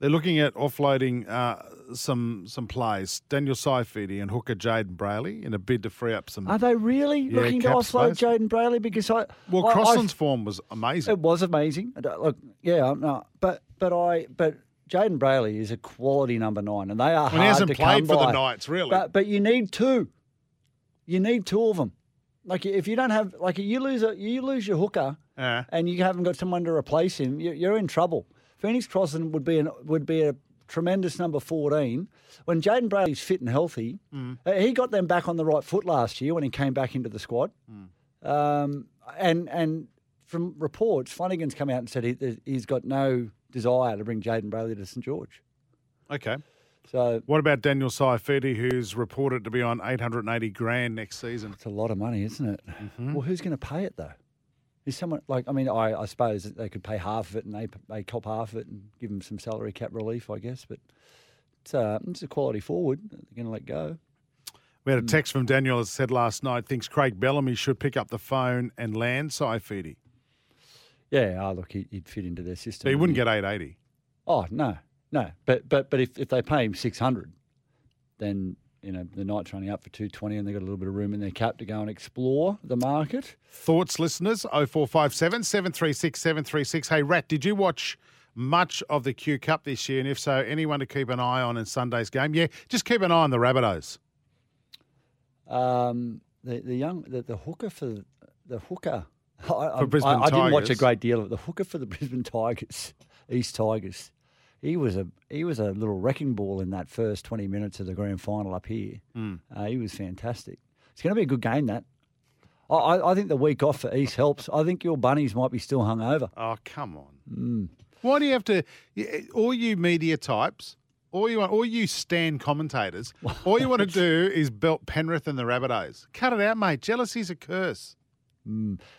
they're looking at offloading uh, some some plays. Daniel Saifidi and hooker Jaden Brayley in a bid to free up some.
Are they really
Yeah,
looking to
cap
offload
space.
Jaden Brayley? Because I
well,
I- I-
Crossland's form was amazing.
It was amazing. I don't- Look, yeah, I'm not, but but I but Jaden Brayley is a quality number nine, and they are
I mean,
hard
he hasn't
to
played
come
for
by.
the Knights, really.
But but you need two, you need two of them. Like if you don't have like you lose a, you lose your hooker
Yeah.
and you haven't got someone to replace him, you- you're in trouble. Phoenix Crossing would be an, would be a tremendous number 14 when Jaden Braley's fit and healthy.
Mm.
uh, He got them back on the right foot last year when he came back into the squad.
Hmm.
Um, and and from reports, Flanagan's come out and said he, that he's got no desire to bring Jaden Braley to St George.
Okay.
So
what about Daniel Saifidi, who's reported to be on 880 grand next season? Mm-hmm. It's
a lot of money, isn't it? Well, who's going to pay it though? Is someone like I mean, I, I suppose that they could pay half of it and they they cop half of it and give them some salary cap relief, I guess. But it's a it's a quality forward. that They're going to let go.
We had a text from Daniel that said last night thinks Craig Bellamy should pick up the phone and land Saifidi.
Yeah, ah, look, he, he'd fit into their system.
So he wouldn't
wouldn't
get 880.
Oh no, no. But but but if, if they pay him six hundred, then you know the night's running up for two twenty, and they have got a little bit of room in their cap to go and explore the market.
Thoughts, listeners? 0457 736 736. Hey, Rat, did you watch much of the Q Cup this year? And if so, anyone to keep an eye on in Sunday's game? Yeah, just keep an eye on the Rabbitohs.
Um, the the young the, the hooker for the hooker. (laughs) I, I,
Brisbane
Um, I, I didn't watch a
Tigers.
great deal of it. The hooker for the (laughs) Brisbane Tigers, East Tigers. He was a he was a little wrecking ball in that first twenty minutes of the grand final up here.
Mm.
Uh, he was fantastic. It's going to be a good game. That I, I, I think the week off for East helps. I think your bunnies might be still hung over.
Oh, come on.
Mm.
Why do you have to? y- All you media types, all you want, all you stand commentators, all you want to do is belt Penrith and the Rabbitohs. Cut it out, mate. Jealousy's a curse.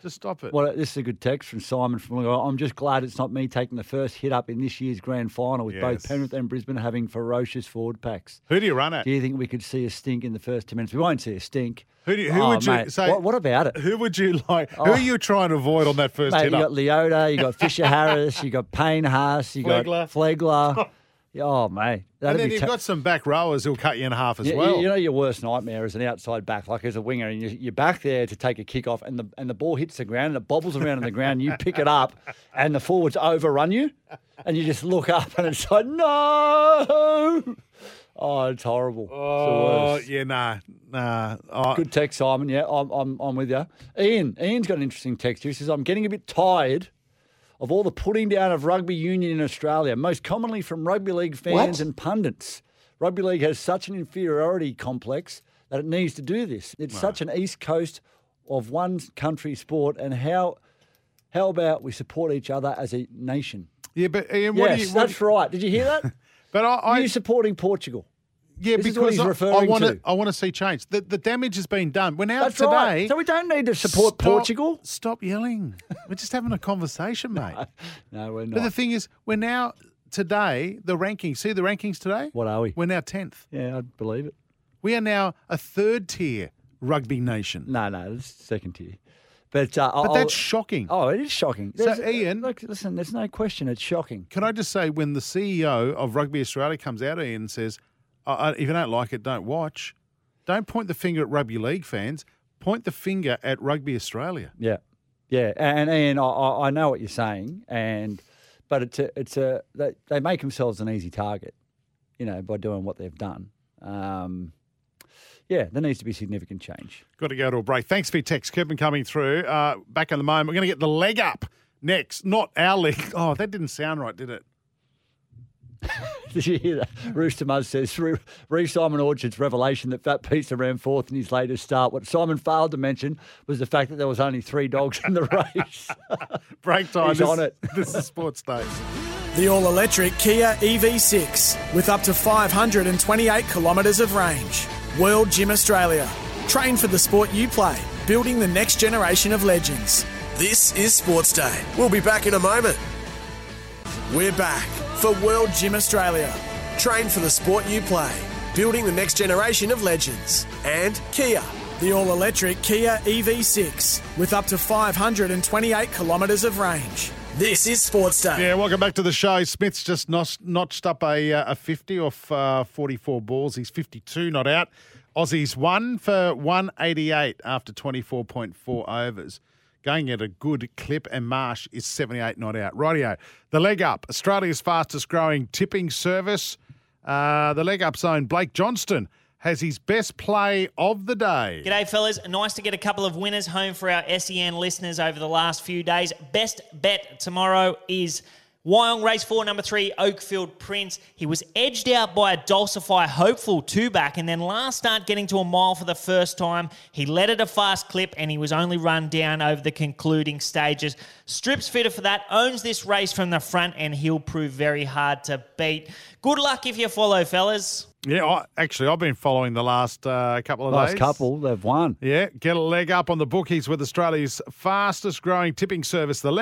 Just stop it.
Well, this is a good text from Simon from Wollongong. I'm just glad it's not me taking the first hit up in this year's grand final with both
Yes.
Penrith and Brisbane having ferocious forward packs.
Who do you run at?
Do you think we could see a stink in the first 10 minutes? We won't see a stink.
Who, do you, who
Oh,
would you
mate,
say?
What, what about it?
Who would you like? Who are you trying to avoid on that first
Oh. Mate, you
hit up?
got Leota, you got Fisher Harris, you got Payne Haas, you got
(laughs)
Flegler. oh, mate.
and
that'd
then
be
you've
ta-
got some back rowers who'll cut you in half as
you,
well.
You, know your worst nightmare is an outside back, like as a winger, and you, you're back there to take a kick off, and the and the ball hits the ground, and it bobbles around on the ground. You pick it up, and the forwards overrun you, and you just look up, and it's like no. Oh, it's horrible.
Oh,
it's the worst.
yeah, nah, nah. I-
Good text, Simon. Yeah, I'm, I'm, I'm with you. Ian, Ian's got an interesting text here. He says, I'm getting a bit tired of all the putting down of rugby union in Australia, most commonly from rugby league fans
What?
and pundits. Rugby league has such an inferiority complex that it needs to do this. It's such an East Coast of one country sport, and how how about we support each other as a nation?
Yeah, but
yes,
Ian, what do you- what
that's right. Did you hear that?
(laughs) but I,
you supporting Portugal.
Yeah,
This is
because
what he's
I-
referring
I want
to.
to. I want to see change. The, the damage has been done. We're now
That's
today.
right. So we don't need to support
Stop-
Portugal.
Stop yelling. (laughs) We're just having
(laughs)
a conversation, mate.
No, we're not.
But the thing is, we're now today the rankings. See the rankings today.
What are we?
We're now tenth.
Yeah, I believe it.
We are now a third tier rugby nation.
No, no, it's second tier. But, uh,
but
I'll-
that's shocking.
Oh, it is shocking.
So,
There's-
Ian,
look, listen, there's no question. It's shocking.
Can I just say, when the CEO of Rugby Australia comes out, Ian, and says, I, I, if you don't like it, don't watch, don't point the finger at Rugby League fans, point the finger at Rugby Australia.
Yeah, yeah, and and I- I, I know what you're saying, and but it's a, it's a they, they make themselves an easy target, you know, by doing what they've done. Um, yeah, there needs to be significant change. (laughs)
Got to go to a break. Thanks for your text. Keep them coming through. Uh, back in the moment, we're going to get the leg up next, not our leg. (laughs) Oh, that didn't sound right, did it?
Did you hear that? Rooster Muzz says through re Simon Orchard's revelation that Fat Pizza ran fourth in his latest start. What Simon failed to mention was the fact that there was only three dogs in the (laughs) race.
Break time.
He's
This-
on it.
(laughs) This is Sports Day.
The all electric Kia
E
EV6 with up to 528 kilometres of range. World Gym Australia. Train for the sport you play, building the next generation of legends.
This is Sports Day. We'll be back in a moment. We're back for World Gym Australia. Train for the sport you play, building the next generation of legends. And Kia.
The all electric Kia
E
EV6 with up to 528 kilometres of range.
This is Sports Day.
Yeah, welcome back to the show. Smith's just nos- notched up a uh, a 50 off uh, 44 balls. He's 52, not out. Aussies one for 188 after 24.4 overs. Going at a good clip, and Marsh is 78 not out. Rightio. The leg up, Australia's fastest growing tipping service. Uh, the leg up zone, Blake Johnston has his best play of the day.
G'day, fellas. Nice to get a couple of winners home for our SEN listeners over the last few days. Best bet tomorrow is Wyong race four, number three, Oakfield Prince. He was edged out by a Dulcify hopeful two back, and then last start getting to a mile for the first time. He led at a fast clip, and he was only run down over the concluding stages. Strips fitter for that, owns this race from the front, and he'll prove very hard to beat. Good luck if you follow, fellas.
Yeah, I, actually, I've been following the last uh, couple of
Last
days.
couple, they've won.
Yeah, get a leg up on the bookies with Australia's fastest growing tipping service, the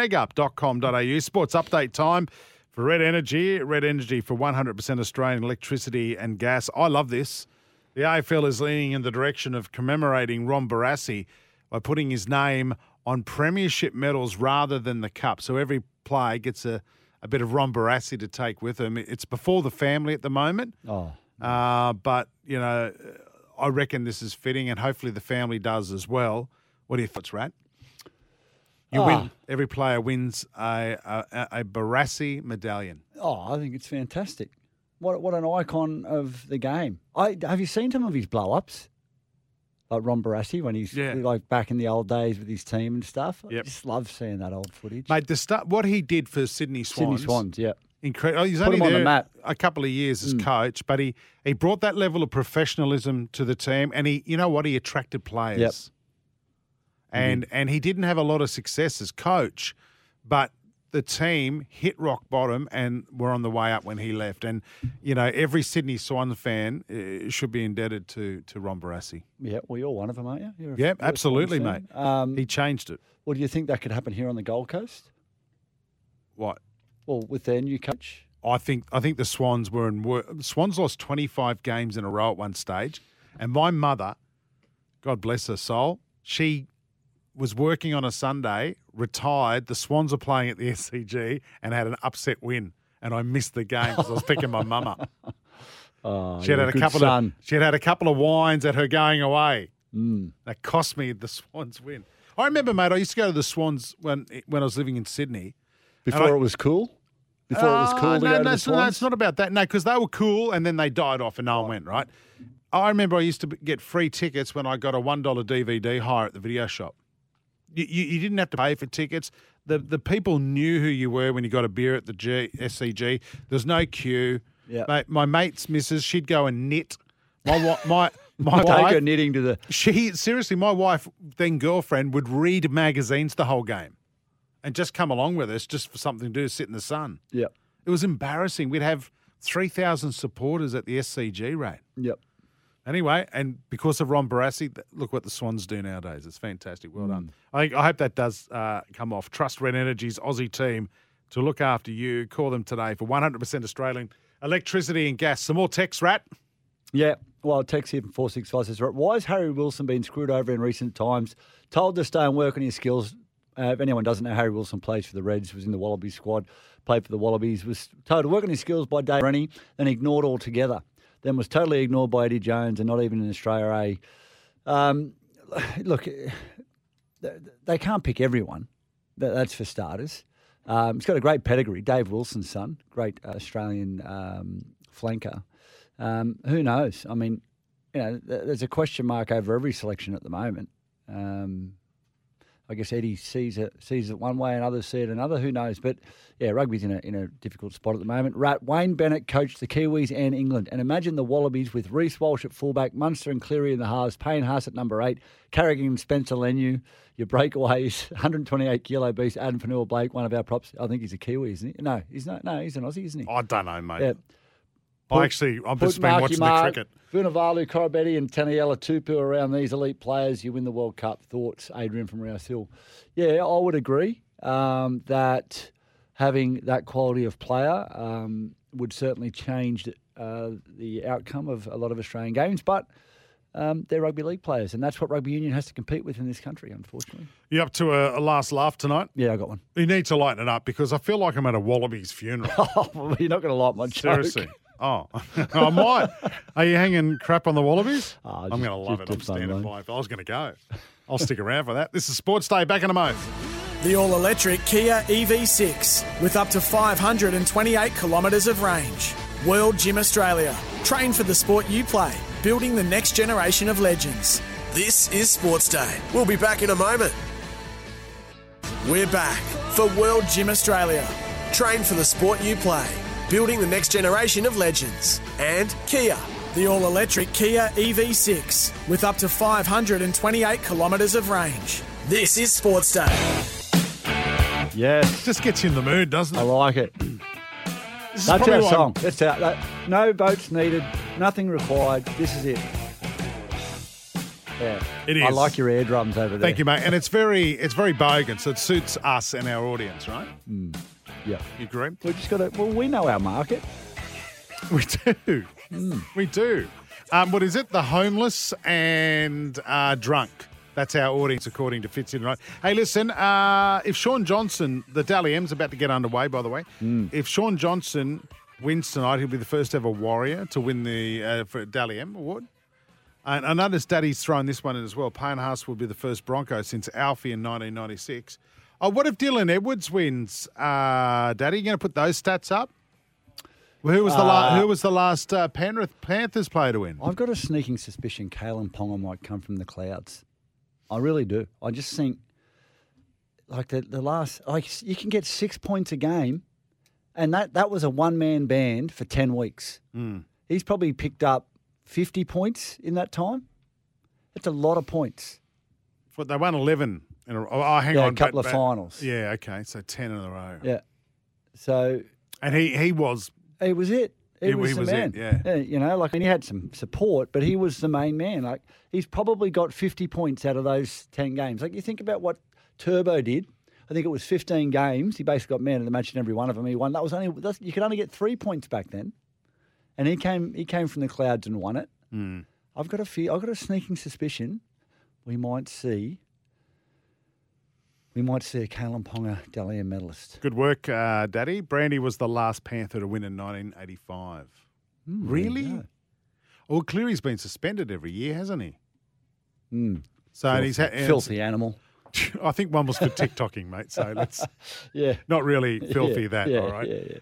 legup.com.au. Sports update time for Red Energy. Red Energy for 100% Australian electricity and gas. I love this. The AFL is leaning in the direction of commemorating Ron Barassi by putting his name on premiership medals rather than the cup. So every player gets a, a bit of Ron Barassi to take with him. It's before the family at the moment.
Oh.
Uh, but, you know, uh, I reckon this is fitting, and hopefully the family does as well. What do you thoughts, Rat? You win. Every player wins a, a, a Barassi medallion.
Oh, I think it's fantastic. What what an icon of the game. I have you seen some of his blow ups? Like Ron Barassi when he's
Yeah.
like back in the old days with his team and stuff. I just love seeing that old footage.
Mate, the stuff what he did for Sydney
Sydney
Swans.
Swans, yeah.
Incredible. oh, He's
Put
only
him on the
there
map. Hmm.
a couple of years as coach, but he, he brought that level of professionalism to the team, and he, you know what, he attracted players. And
Mm-hmm.
and he didn't have a lot of success as coach, but the team hit rock bottom and were on the way up when he left. And you know, every Sydney Swan fan uh, should be indebted to to Ron Barassi.
Yeah, well, you're one of them, aren't you? You're a-
Yeah,
you're a Swans
absolutely,
fan.
mate. he changed it.
Well, do you think that could happen here on the Gold Coast?
What?
Well, with their new coach.
I think I think the Swans were in. wor- Swans lost twenty five games in a row at one stage, and my mother, God bless her soul, she was working on a Sunday, retired. The Swans were playing at the (laughs) SCG and had an upset win, and I missed the game because I was picking my mum up.
(laughs) Oh,
She had,
you're
had
a
a
good
couple of
son.
she had had a couple of wines at her going away.
Mm.
That cost me the Swans win. I remember, mate. I used to go to the Swans when when I was living in Sydney. and
Before
I-
it was cool? Before it was
uh,
cool to
no,
go to
no,
the
it's- no,
Swans?
it's not about that. No, because they were cool and then they died off and no one went, right? I remember I used to b- get free tickets when I got a $1 DVD hire at the video shop. You, you, you didn't have to pay for tickets. The the people knew who you were when you got a beer at the G, SCG. There's no queue.
Yeah.
Mate, my mate's missus, she'd go and knit. My wa- my my
Take
wife,
her knitting to the
she seriously, my wife, then girlfriend, would read magazines the whole game, and just come along with us just for something to do, sit in the sun.
Yeah.
It was embarrassing. We'd have 3,000 supporters at the SCG rate.
Yep.
Anyway, and because of Ron Barassi, th- look what the Swans do nowadays. It's fantastic. Well done. I,
Mm.
think, I hope that does uh, come off. Trust Red Energy's Aussie team to look after you. Call them today for 100% Australian electricity and gas. Some more text, Rat.
Yeah. Well, text here from 465 says, right, why has Harry Wilson been screwed over in recent times? Told to stay and work on his skills. Uh, if anyone doesn't know, Harry Wilson plays for the Reds, was in the Wallaby squad, played for the Wallabies, was told to work on his skills by Dave Rennie, then ignored altogether. Then was totally ignored by Eddie Jones and not even in Australia A. Um, look, eh, they they can't pick everyone. That- That's for starters. Um, he's got a great pedigree. Dave Wilson's son, great Australian um, flanker. Um, who knows? I mean, you know, th- there's a question mark over every selection at the moment. Um, I guess Eddie sees it sees it one way, and others see it another. Who knows? But yeah, rugby's in a in a difficult spot at the moment. Right, Wayne Bennett coached the Kiwis and England, and imagine the Wallabies with Reece Walsh at fullback, Munster and Cleary in the halves, Payne Haas at number eight, Carrigan and Spencer Lenu, your breakaways, (laughs) 128 kilo beast Adam Fanua Blake, one of our props. I think he's a Kiwi, isn't he? No, he's not. No, he's an Aussie, isn't he?
I don't know, mate.
Yeah.
I actually, I've
Put
just been
Marky
watching
Mark,
the cricket.
Vunivalu, Corabetti, and Taniela Tupu around these elite players, you win the World Cup. Thoughts, Adrian from Rouse Hill. Yeah, I would agree um, that having that quality of player um, would certainly change uh, the outcome of a lot of Australian games, but um, they're rugby league players, and that's what rugby union has to compete with in this country, unfortunately. (laughs)
You up to a, a last laugh tonight?
Yeah, I got one.
You need to lighten it up because I feel like I'm at a
(laughs)
Wallabies funeral.
Oh, You're not going to like my joke.
Seriously. Oh, I might. Are you hanging crap on
(laughs)
the Wallabies? I'm
Ah, just-
going to love
just
it. I'm
a fun
standing
one.
by. it. I was going to go. I'll stick around for that. This is Sports Day. Back in a moment.
The all electric Kia
E
EV6 with up to 528 kilometres of range. World Gym Australia. Train for the sport you play. building the next generation of legends.
This is Sports Day. We'll be back in a moment. We're back for World Gym Australia. Train for the sport you play, building the next generation of legends. And Kia.
The all electric Kia
E
EV6 with up to 528 kilometres of range.
This is Sports Day.
Yes.
Just gets you in the mood, doesn't it? I
like it.
This
That's
is probably
our
why-
song. That's our, that, no votes needed, nothing required. This is it. Yeah.
It
I
is.
like your eardrums over there.
Thank you, mate.
(laughs)
And it's very it's very bogan, so it suits us and our audience, right?
Mm. Yeah.
You agree?
We've just got to, well, we know our market.
(laughs)
Hmm.
We do. We do. Um, what is it? The homeless and uh, drunk. That's our audience, according to Fitzin, right? Hey, listen, uh, if Sean Johnson, the Dally M's about to get underway, by the way.
Hmm.
If Sean Johnson wins tonight, he'll be the first ever warrior to win the uh, for Dally M award. And I noticed Daddy's thrown this one in as well. Panhurst will be the first Bronco since Alfie in 1996. Oh, what if Dylan Edwards wins, uh, Daddy? You going to put those stats up? Well, who was the la-
Uh,
who was the last uh, Penrith Panthers player to win?
I've got a sneaking suspicion Kalen Ponga might come from the clouds. I really do. I just think, like the, the last, like you can get six points a game, and that that was a one man band for ten weeks.
Hmm.
He's probably picked up fifty points in that time. That's a lot of points.
But they won eleven. In a, oh, hang
Yeah, a
on, but-
couple of
but-
finals.
Yeah, okay, so ten in a row.
Yeah. So.
And he he was.
It was it.
He-
It was
he
the
was it,
man.
yeah.
You know, like and he had some support, but he was the main man. Like he's probably got fifty points out of those ten games. Like you think about what Turbo did. I think it was fifteen games. He basically got man of the match in every one of them. He won. That was only that's, you could only get three points back then, and he came he came from the clouds and won it.
Mm.
I've got a fear. I've got a sneaking suspicion we might see. We might see a Kalen Ponga Dalian medalist.
Good work, uh, Daddy. Brandy was the last Panther to win in 1985.
Hmm, there you
really?
go.
Well, Cleary's been suspended every year, hasn't he?
Mm.
So and he's had
Filthy- filthy animal.
(laughs) I think one was for TikToking, mate. So let's
(laughs) yeah,
not really
(laughs)
filthy
Yeah,
that.
yeah,
all right.
yeah, yeah.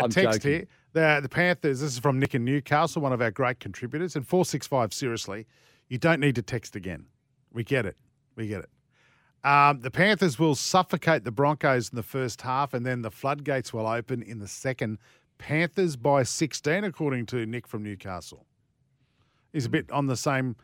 Uh,
I'm
text
joking.
here. The, the Panthers, this is from Nick in Newcastle, one of our great contributors. And 465, seriously, you don't need to text again. We get it. We get it. Um, the Panthers will suffocate the Broncos in the first half, and then the floodgates will open in the second. Panthers by 16, according to Nick from Newcastle.
Hmm.
He's a bit on the same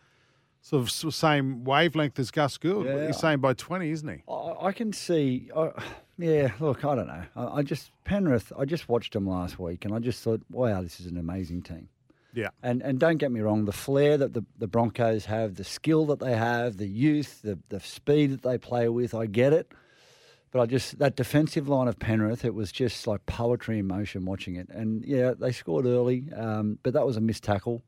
sort of s- same wavelength as Gus Gould.
Yeah. Oh.
He's saying by 20, isn't he?
I, I can see. I, yeah, look, I don't know. I, I just Penrith. I just watched them last week, and I just thought, wow, this is an amazing team.
Yeah.
And and don't get me wrong, the flair that the, the Broncos have, the skill that they have, the youth, the the speed that they play with, I get it. But I just that defensive line of Penrith, it was just like poetry in motion watching it. And yeah, they scored early, um, but that was a missed tackle.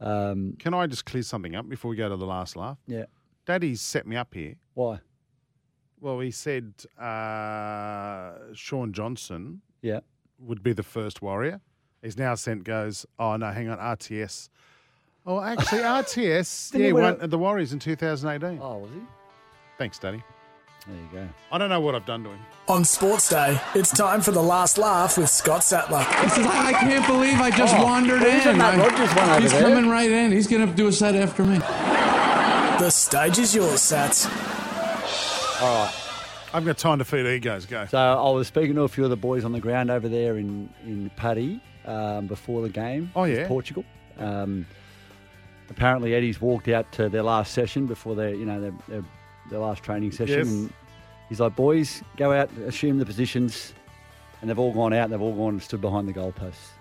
Um,
Can I just clear something up before we go to the last laugh?
Yeah.
Daddy's set me up here.
Why?
Well, he said uh, Sean Johnson
Yeah.
would be the first warrior. He's now sent goes, oh no, hang on,
(laughs)
RTS. Oh, actually, RTS,
Didn't
yeah,
he
he
win
won
it-
at the Warriors in 2018.
Oh, was he?
Thanks, Daddy.
There you go.
I don't know what I've done to him.
On Sports Day, it's time for the last laugh with Scott Sattler.
I can't believe I just
Oh,
wandered
well, isn't
in.
that
I-
Rogers one over
he's
there?
coming right in. He's going to do a set after me.
(laughs) The stage is yours, Sats.
All right.
I've got time to feed egos. Go.
So I was speaking to a few of the boys on the ground over there in in Paddy um, before the game. Oh
yeah.
Portugal. Um, apparently, Eddie's walked out to their last session before their you know their their, their last training session.
Yes.
And he's like, boys, go out, assume the positions, and they've all gone out. and They've all gone and stood behind the goalposts.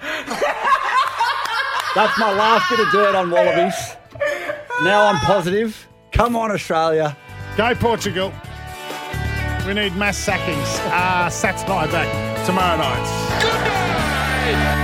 (laughs)
That's my last bit of dirt on Wallabies. Now I'm positive. Come on, Australia.
Go Portugal. We need mass sackings. Uh, Sats and I back tomorrow night. Good night.